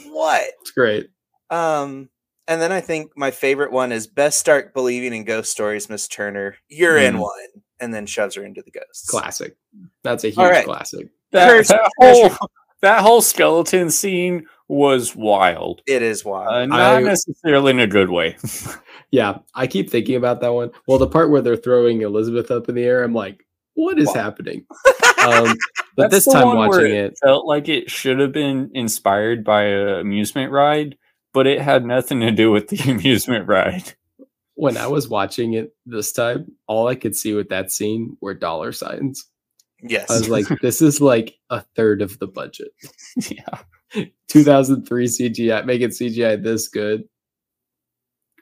What?
It's great.
Um, and then I think my favorite one is best start believing in ghost stories, Miss Turner. You're in
Mm.
one, and then shoves her into the ghosts.
Classic. That's a huge
All right.
classic.
That,
Curse-
that whole that whole skeleton scene was wild.
It is wild.
Uh, not
I-
necessarily in a good way.
Yeah, I keep thinking about that one. Well, the part where they're throwing Elizabeth up in the air, I'm like, what is
Wow.
happening? Um,
That's
but this
the
time
one where
watching it,
Felt like it should have been inspired by a amusement ride, but it had nothing to do with the amusement ride.
when I was watching it this time, all I could see with that scene were dollar signs.
yes.
I was like, this is like a third of the budget.
yeah.
2003 CGI, making CGI this good.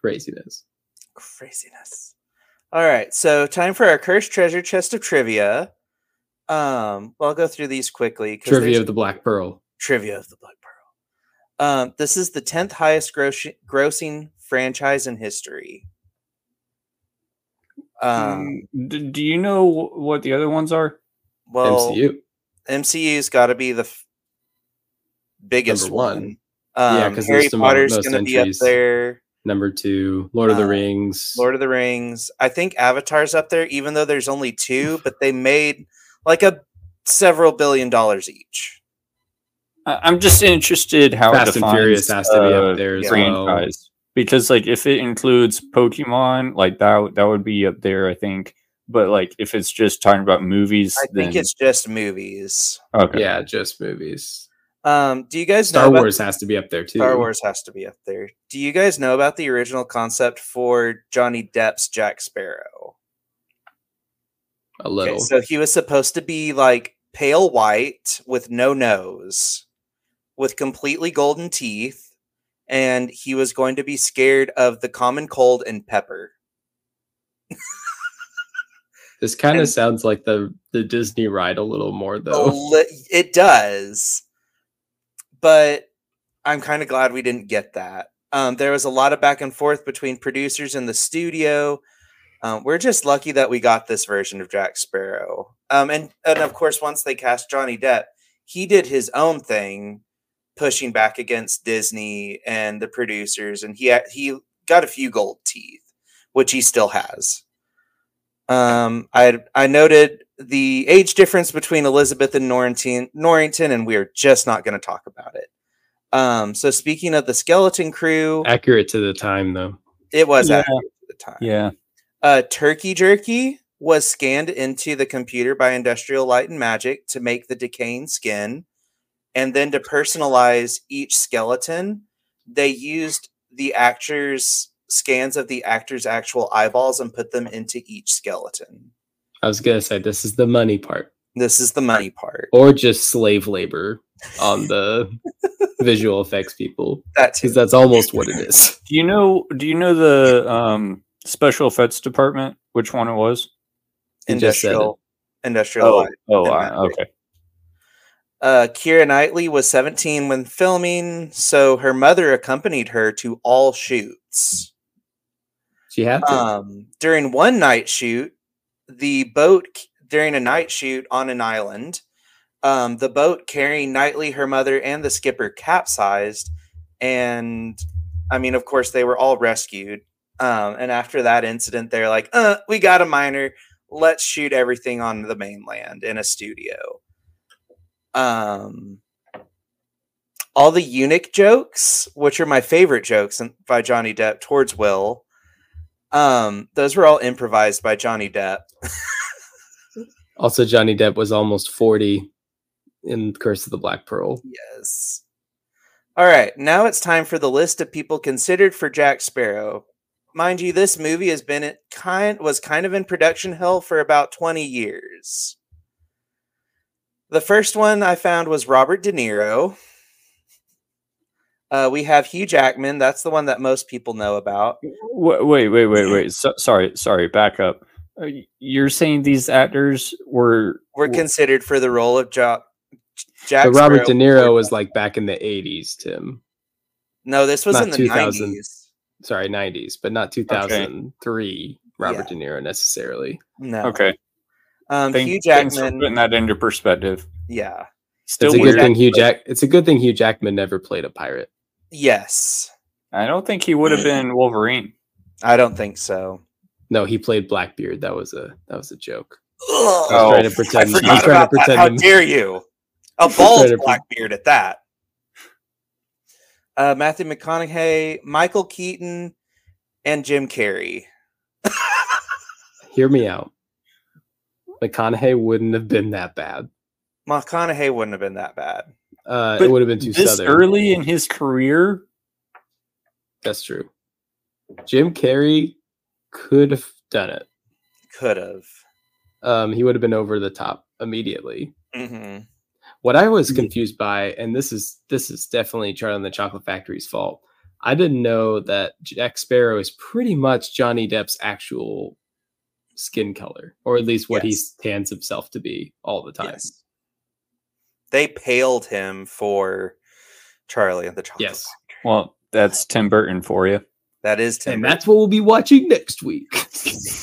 Craziness.
Craziness. All right. So time for our cursed treasure chest of trivia. Um, well, I'll go through these quickly. 'cause there's-
Trivia of the Black Pearl.
trivia of the Black Pearl. Um, this is the tenth highest gross- grossing franchise in history.
Hmm.
Um,
Mm, d- do you know wh- what the other ones are? Oh.
well,
MCU.
MCU's got to be the f- biggest
Number
one.
one.
Um,
Yeah, 'cause
because Harry
there's the mo-
Potter's
most
going to be up
entries.
there.
Number two, Lord of the
Uh,
Rings.
Lord of the Rings. I think Avatar's up there, even though there's only two, but they made like a several billion dollars each.
I- I'm just interested how it
Fast and
defines,
Furious has to be up
uh,
there as well.
franchise because like if it includes Pokemon, like that w- that would be up there, I think. But like if it's just talking about movies,
I think
then-
it's just movies.
okay.
Yeah, just movies.
Um, do you guys know
Star
about-
Wars has to be up there too.
Star Wars has to be up there. Do you guys know about the original concept for Johnny Depp's Jack Sparrow?
a
Okay,
little.
so he was supposed to be like pale white with no nose, with completely golden teeth, and he was going to be scared of the common cold and pepper.
this kind
and- Oh.
of sounds like the the Disney ride a little more
A
though.
li- It does. But I'm kind of glad we didn't get that. Um, there was a lot of back and forth between producers and the studio. Um, we're just lucky that we got this version of Jack Sparrow. Um, and, and of course, once they cast Johnny Depp, he did his own thing, pushing back against Disney and the producers. And he, a- he got a few gold teeth, which he still has. Um, I I noted the age difference between Elizabeth and Norrington, Norrington, and we are just not going to talk about it. Um, so speaking of the skeleton crew,
Accurate to the time though.
it was
Yeah.
accurate at the time.
Yeah.
Uh, turkey jerky was scanned into the computer by Industrial Light and Magic to make the decaying skin, and then to personalize each skeleton, they used the actors' scans of the actors' actual eyeballs and put them into each skeleton.
I was gonna say this is the money part.
This is the money part.
Or just slave labor on the visual effects people.
That
Because
too.
that's almost what it is.
Do you know do you know the um special effects department which one it was?
You just said it.
Industrial. Industrial. Light.
oh,
and
I-
Maverick.
okay.
Uh, Kira Knightley was 17 when filming, so her mother accompanied her to all shoots.
She had to.
Um, during one night shoot, the boat c- during a night shoot on an island, um, the boat carrying Knightley, her mother, and the skipper capsized, and I mean, of course, they were all rescued. Um, and after that incident, they're like, "Uh, we got a minor. Let's shoot everything on the mainland in a studio." Um, all the eunuch jokes, which are my favorite jokes in- by Johnny Depp towards Will, um, those were all improvised by Johnny Depp.
Also, Johnny Depp was almost 40 in Curse of the Black Pearl.
Yes. All right, now it's time for the list of people considered for Jack Sparrow. Mind you, this movie has been it kind was kind of in production hell for about 20 years. The first one I found was Robert De Niro. Uh, we have Hugh Jackman. That's the one that most people know about.
Wait, wait, wait, wait. wait. So, sorry, sorry. Back up. Uh, You're saying these actors were
We're considered for the role of jo- Jack.
But Robert De
Sparrow.
Niro was like back in the 80s, Tim.
No, this was
not
in the
2000.
nineties.
Sorry, 90s, but not 2003 Robert De Niro necessarily.
No.
okay.
Um,
Thank-
Hugh
thanks for
Jackman.
putting that into perspective.
Yeah.
Still,
it's a
weird.
good thing Hugh Jack. It's a good thing Hugh Jackman never played a pirate.
Yes.
I don't think he would have been Wolverine.
I don't think so.
No, he played Blackbeard. That was a that was a joke. I was
Oh,
trying to pretend. I
forgot
was trying to
that.
pretend.
How
to-
dare you? A
I'm
bald
trying to pre-
Blackbeard at that. Uh, Matthew McConaughey, Michael Keaton, and Jim Carrey.
hear me out. McConaughey wouldn't have been that bad.
McConaughey wouldn't have been that bad.
Uh,
But
it would have been too
This
southern.
early in his career,
That's true. Jim Carrey could have done it.
Could have.
Um, he would have been over the top immediately.
hmm
What I was
Mhm.
Mm-hmm.
confused by, and this is this is definitely Charlie and the Chocolate Factory's fault. I didn't know that Jack Sparrow is pretty much Johnny Depp's actual skin color, or at least what
Yes.
he tans himself to be all the time.
Yes. They paled him for Charlie and the Chocolate.
Yes.
well, that's Tim Burton for you.
That is Tim.
And that's what we'll be watching next week.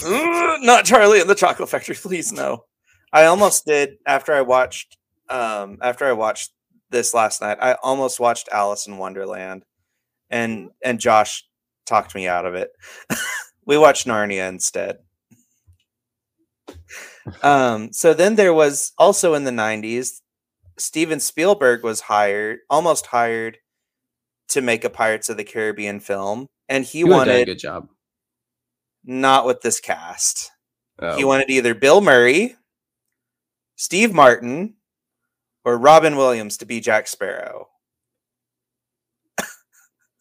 Ugh, not Charlie and the Chocolate Factory, please no. I almost did after I watched um after I watched this last night. I almost watched Alice in Wonderland and and Josh talked me out of it. we watched Narnia instead. Um so then there was also in the 90s Steven Spielberg was hired, almost hired to make a Pirates of the Caribbean film and he
you done a
wanted
good job.
not with this cast. He
Oh.
wanted either Bill Murray, Steve Martin, or Robin Williams to be Jack Sparrow.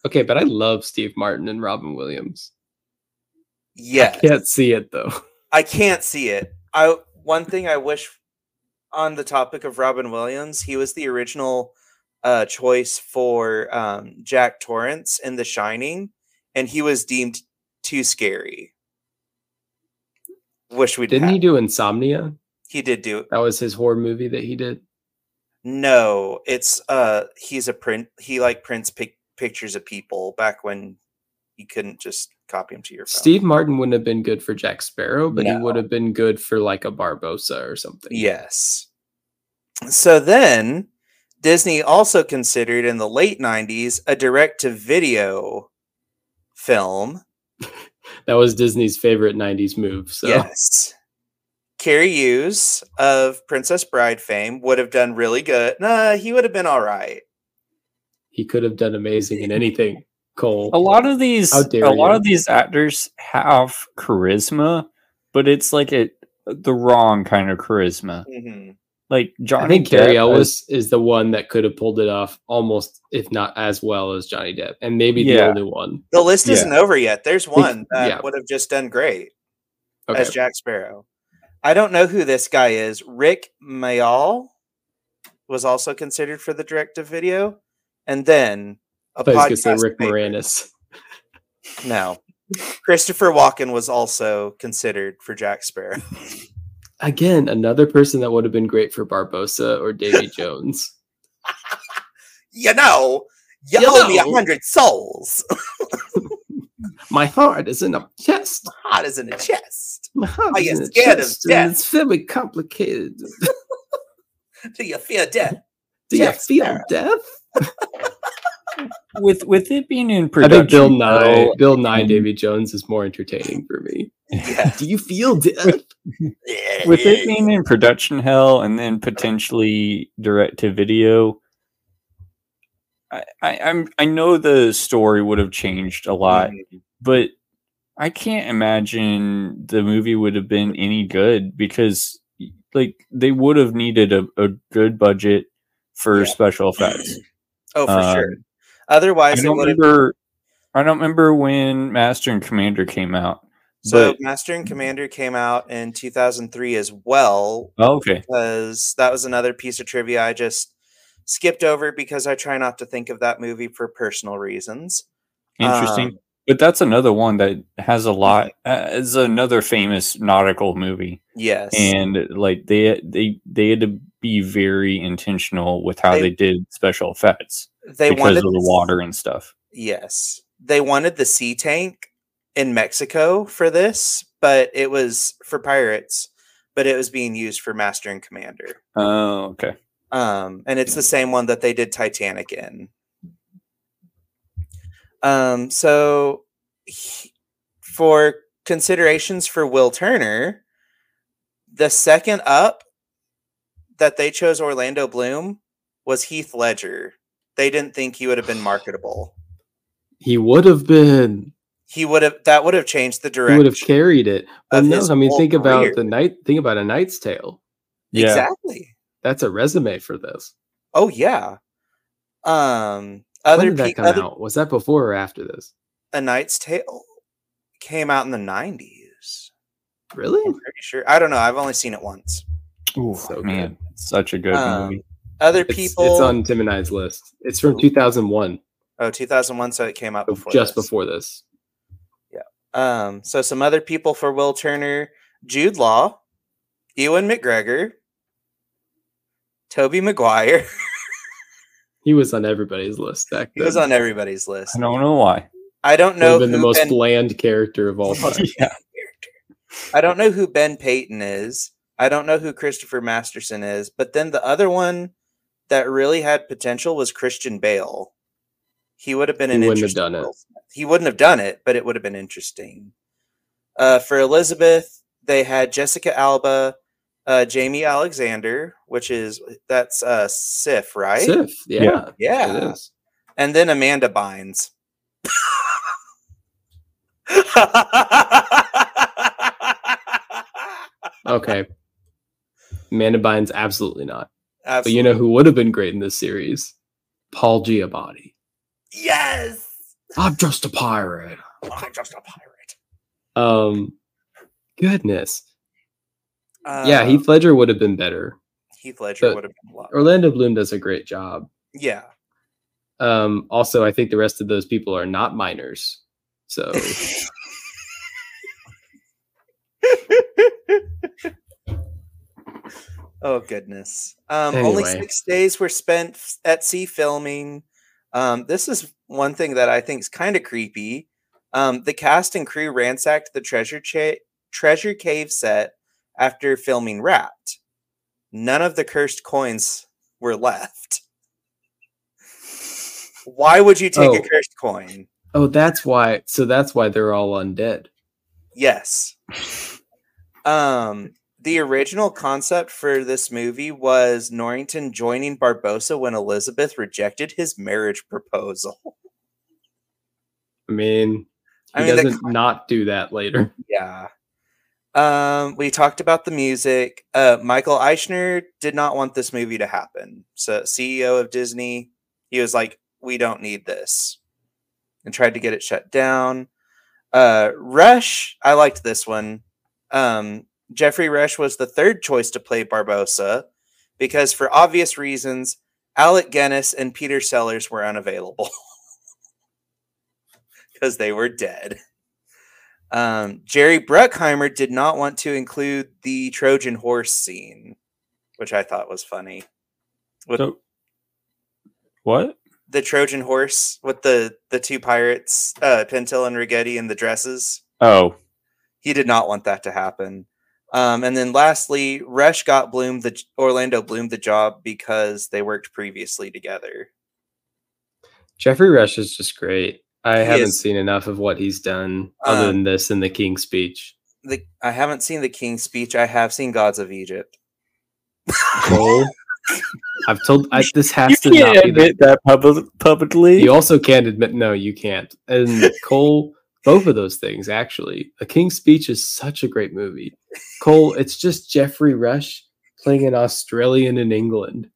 okay, but I love Steve Martin and Robin Williams.
Yeah,
Can't see it though.
I can't see it. I one thing I wish on the topic of Robin Williams, he was the original uh, choice for um, Jack Torrance in The Shining, and he was deemed too scary. Wish we
Didn't he do Insomnia?
He did do
That was his horror movie that he did.
No, it's uh he's a print he like prints pic- pictures of people back when you couldn't just copy them to your phone.
Steve Martin wouldn't have been good for Jack Sparrow, but he
No.
would have been good for like a Barbosa or something.
Yes. So then Disney also considered in the late 90s a direct to video film.
That was Disney's favorite 90s move. So
Yes. Carrie Hughes of Princess Bride fame would have done really good. Nah, he would have been all right.
he could have done amazing in anything, Cole.
A lot of these,
How
a
dare
lot
you.
of these actors have charisma, but it's like a the wrong kind of charisma.
hmm
Like Johnny
I think Carrie
Depp
Ellis is the one that could have pulled it off almost, if not as well as Johnny Depp, and maybe
Yeah.
the only one.
The list
Yeah.
isn't over yet. There's one that
yeah.
would have just done great.
Okay.
as Jack Sparrow. I don't know who this guy is. Rick Mayall was also considered for the direct to video, and then a
I was gonna say
podcast
Rick
favorite-
Moranis.
No, Christopher Walken was also considered for Jack Sparrow.
Again, another person that would have been great for Barbosa or Davy Jones.
You know, you,
You
owe me a
know.
hundred souls.
My heart is in a chest.
Hot as in a chest.
My heart
Are
is
you
in a
scared of
chest, and
death?
it's very complicated.
Do you fear death?
Do you
Jack
feel
Sparrow.
death?
with with it being in
I
production.
think Bill Nye,
though,
Bill Nye,
Mm-hmm.
and-
Davy Jones is more entertaining for me.
Yeah.
Do you feel death?
with it being in production hell and then potentially direct to video I, I i'm i know the story would have changed a lot
Oh,
but i can't imagine the movie would have been any good because like they would have needed a, a good budget for
Yeah.
special effects
Oh, for
Um,
sure.
i
Otherwise, it
don't
would have.
remember i don't remember when master and commander came out
So,
but-
Master and Commander came out in 2003 as well,
oh, okay
because that was another piece of trivia I just skipped over because I try not to think of that movie for personal reasons.
Interesting.
Um,
but that's another one that has a lot. Uh, it's another famous nautical movie,
Mm-hmm. Yes.
and like they they they had to be very intentional with how
They-
they, did special effects
they
because
wanted
of the water and stuff.
Yes. They wanted the sea tank in Mexico for this, but it was for pirates, but it was being used for Master and Commander.
Oh, okay.
Um, and it's the same one that they did Titanic in. Um, so he- for considerations for Will Turner, the second up that they chose Orlando Bloom was Heath Ledger. They didn't think he would have been marketable.
He would have been.
He would have that would have changed the
He would have
direction.
carried it. But
Of
no,
his
I mean,
whole
think about
career.
the night. Think about a Knight's Tale.
Yeah.
Exactly.
That's a resume for this.
Oh yeah. Um
when
other
did that
pe-
come
other
out? Was that before or after this?
A Knight's Tale came out in the 90s. I'm
Really?
pretty sure. I don't know. I've only seen it once.
Ooh,
So good.
man, such a good
Um,
movie.
Other
It's,
people.
it's on Tim and I's list. It's from 2001,
Oh, 2001. So it came out
so
before.
just
this.
before this.
Um, so some other people for Will Turner Jude Law, Ewan McGregor, Toby Maguire.
He was on everybody's list back
he
then.
was on everybody's list.
I don't know why.
I don't
Would have
know
been the
who
most
Ben-
bland character of all time.
yeah.
I don't know who Ben Payton is. I don't know who Christopher Masterson is. But then the other one that really had potential was Christian Bale. He would have been
He
an
wouldn't have
interesting
done it.
Will Smith. He wouldn't have done it, but it would have been interesting. Uh, for Elizabeth, they had Jessica Alba, uh, Jamie Alexander, which is that's uh, Sif, right?
Sif, yeah,
Yeah.
it
Yeah,
is.
and then Amanda Bynes.
Okay. Amanda Bynes, absolutely not. But
Absolutely.
you know who would have been great in this series? Paul Giamatti.
yes,
I'm just a pirate.
I'm just a pirate.
Um, goodness. yeah,
Uh,
Heath Ledger would have been better.
Um, Heath Ledger
but-
would have been loved.
Orlando Bloom does a great job.
yeah,
Um, also, I think the rest of those people are not minors. So
oh goodness. Um, Only
Anyway.
six days were spent f- at sea filming. Um, this is one thing that I think is kind of creepy. Um, the cast and crew ransacked the treasure cha- treasure cave set after filming Rat. None of the cursed coins were left. Why would you take a
Oh.
cursed coin?
Oh, that's why. So that's why they're all undead.
Yes. Um, the original concept for this movie was Norrington joining Barbosa when Elizabeth rejected his marriage proposal.
I mean, he
I mean, the
doesn't not do that later.
Yeah. Um, we talked about the music. Uh, Michael Eichner did not want this movie to happen. So CEO of Disney, he was like, "We don't need this," and tried to get it shut down. Uh, Rush, I liked this one. Um, Jeffrey Rush was the third choice to play Barbosa because, for obvious reasons, Alec Guinness and Peter Sellers were unavailable because they were dead. Um, Jerry Bruckheimer did not want to include the Trojan horse scene, which I thought was funny. With
So, what?
the Trojan horse with the the two pirates, uh, Pentil and Rigetti, in the dresses.
Oh,
He did not want that to happen. Um, and then lastly, Rush got Bloom the Orlando Bloom the job because they worked previously together.
Jeffrey Rush is just great. I
He
haven't
is.
seen enough of what he's done other
Uh,
than this and the King's Speech.
The, I haven't seen the King's Speech. I have seen Gods of Egypt.
Cole, I've told I, this has to
you
not
can't
be the,
admit that public, publicly.
You also can't admit. No, you can't. And Cole, both of those things actually. A King's Speech is such a great movie. Cole, it's just Jeffrey Rush playing an Australian in England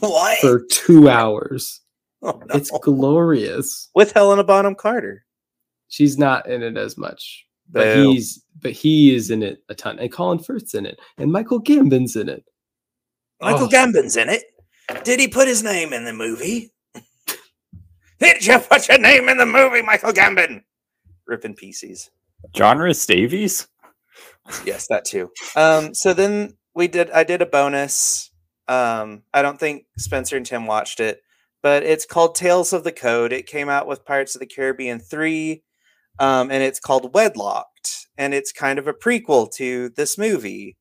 What?
for two hours.
Oh, no.
It's glorious.
with Helena Bonham Carter.
she's not in it as much, but
Boo.
he's but he is in it a ton, and Colin Firth's in it, and Michael Gambon's in it.
Michael
Oh.
Gambon's in it. Did he put his name in the movie? Did you put your name in the movie, Michael Gambon? Ripping pieces.
John Rhys Davies?
Yes, that too. Um, so then we did. I did a bonus. Um, I don't think Spencer and Tim watched it, but it's called Tales of the Code. It came out with Pirates of the Caribbean three, um, and it's called Wedlocked, and it's kind of a prequel to this movie.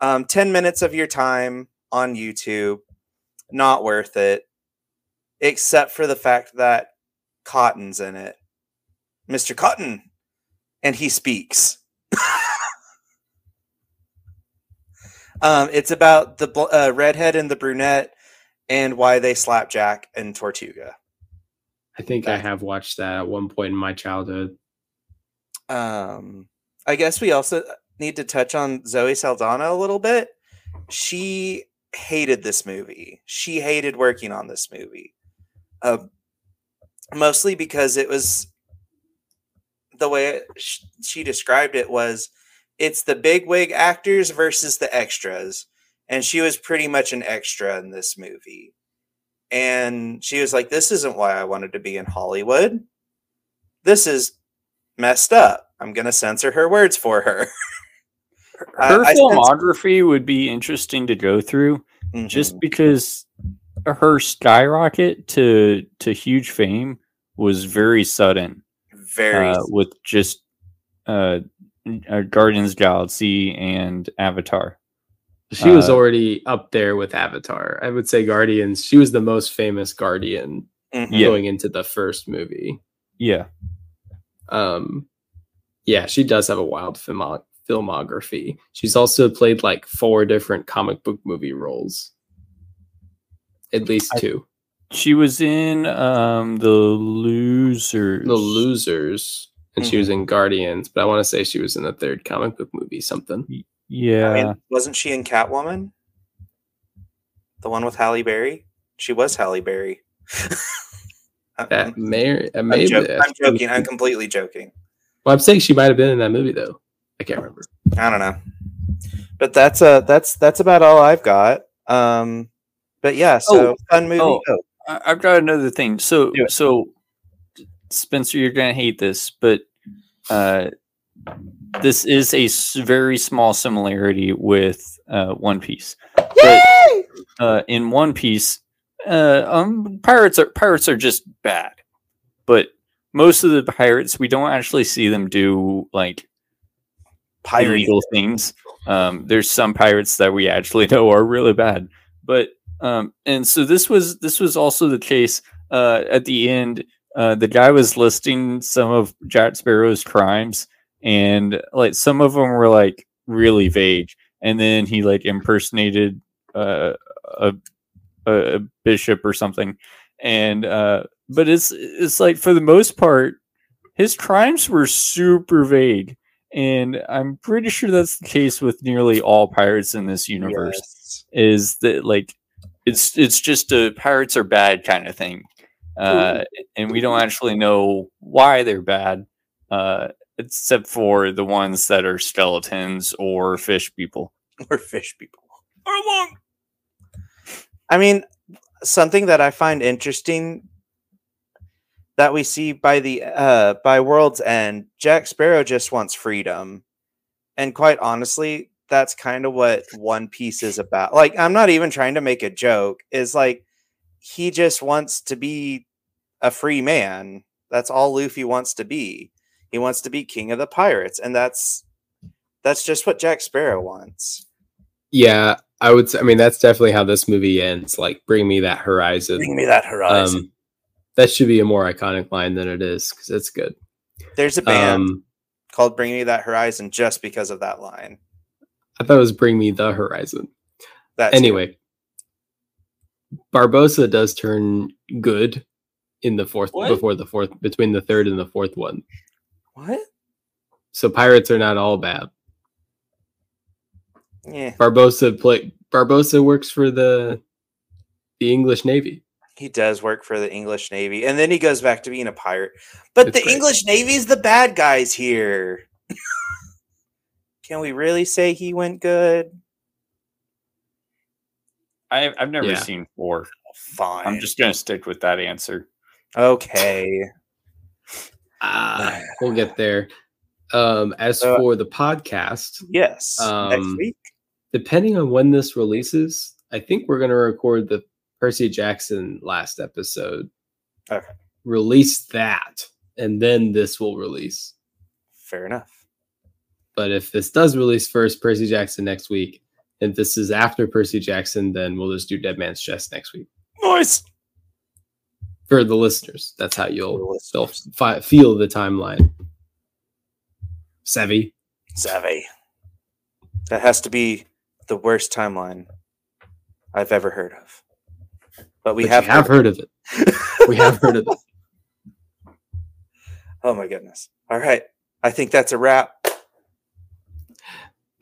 Um, Ten minutes of your time on YouTube, not worth it, except for the fact that Cotton's in it, Mister Cotton, and he speaks. Um, it's about the bl- uh, redhead and the brunette and why they slap Jack and Tortuga.
I think I have watched that at one point in my childhood.
Um, I guess we also need to touch on Zoe Saldana a little bit. She hated this movie. She hated working on this movie, uh, mostly because it was the way it, sh- she described it was it's the big wig actors versus the extras and she was pretty much an extra in this movie and she was like this isn't why i wanted to be in hollywood this is messed up i'm going to censor her words for her
Her
I- I sense-
filmography would be interesting to go through
Mhm.
just because her skyrocket to to huge fame was very sudden.
very
uh, with just uh, uh, Guardians of the Galaxy and Avatar.
She was
Uh,
already up there with Avatar. I would say Guardians. She was the most famous Guardian
mhm.
Yeah.
going into the first movie.
Yeah,
Um, yeah, she does have a wild filmo- filmography. She's also played like four different comic book movie roles, at least
I-
two.
she was in um, the Losers.
the Losers, and she was in Guardians, but I want to say she was in the third comic book movie, something.
Yeah,
I mean, wasn't she in catwoman the one with halle berry she was halle berry I'm-
That may, uh,
I'm,
may
joking.
I
I'm
think-
joking i'm completely joking
Well, I'm saying she might have been in that movie though. I can't remember.
I don't know. But that's uh that's that's about all I've got. Um but yeah, so
Oh.
fun movie.
Oh.
Oh.
I- I've got another thing. So,
Do it.
so Spencer, you're gonna hate this, but uh, this is a s- very small similarity with uh, One Piece. But, uh, in One Piece, uh, um, pirates are pirates are just bad, but most of the pirates we don't actually see them do like
Pirate.
illegal things. Um, there's some pirates that we actually know are really bad, but um, and so this was this was also the case uh, at the end. Uh, the guy was listing some of Jack Sparrow's crimes, and like some of them were like really vague. And then he like impersonated uh, a, a a bishop or something, and uh, but it's it's like for the most part, his crimes were super vague. And I'm pretty sure that's the case with nearly all pirates in this universe
Yes.
is that like it's it's just a pirates are bad kind of thing uh and we don't actually know why they're bad uh except for the ones that are skeletons or fish people
Or fish people. Or long. I mean, something that I find interesting that we see by the uh by World's End, Jack Sparrow just wants freedom. And quite honestly, that's kind of what One Piece is about. Like, I'm not even trying to make a joke. It's like he just wants to be a free man. That's all Luffy wants to be. He wants to be king of the pirates, and that's that's just what Jack Sparrow wants.
Yeah, I would. Say, I mean, that's definitely how this movie ends. Like, bring me that horizon.
Bring me that horizon.
Um, that should be a more iconic line than it is because it's good.
There's a band
Um,
called "Bring Me That Horizon" just because of that line.
I thought it was "Bring Me the Horizon."
That too.
Anyway, Barbosa does turn good in the fourth
What?
before the fourth between the third and the fourth one.
what?
So pirates are not all bad.
Yeah,
Barbosa play Barbosa works for the the English Navy.
he does work for the English Navy, and then he goes back to being a pirate. But
That's
the
right.
English Navy's the bad guys here. Can we really say he went good?
I, I've never
Yeah.
seen four.
Fine.
I'm just gonna stick with that answer.
okay.
Ah, we'll get there. Um, as
So-
for the podcast,
Yes. Next
Um,
week.
depending on when this releases, I think we're going to record the Percy Jackson last episode.
Okay.
Release that, and then this will release.
Fair enough.
But if this does release first, Percy Jackson next week, and this is after Percy Jackson, then we'll just do Dead Man's Chest next week
Nice.
for the listeners. That's how you'll
Coolest.
they'll fi- feel the timeline. Savvy.
Savvy. That has to be the worst timeline I've ever heard of. But we
But you
have,
have heard of it. We have heard of it.
Oh my goodness. All right. I think that's a wrap.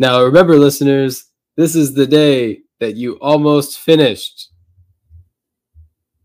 Now, remember, listeners, this is the day that you almost finished.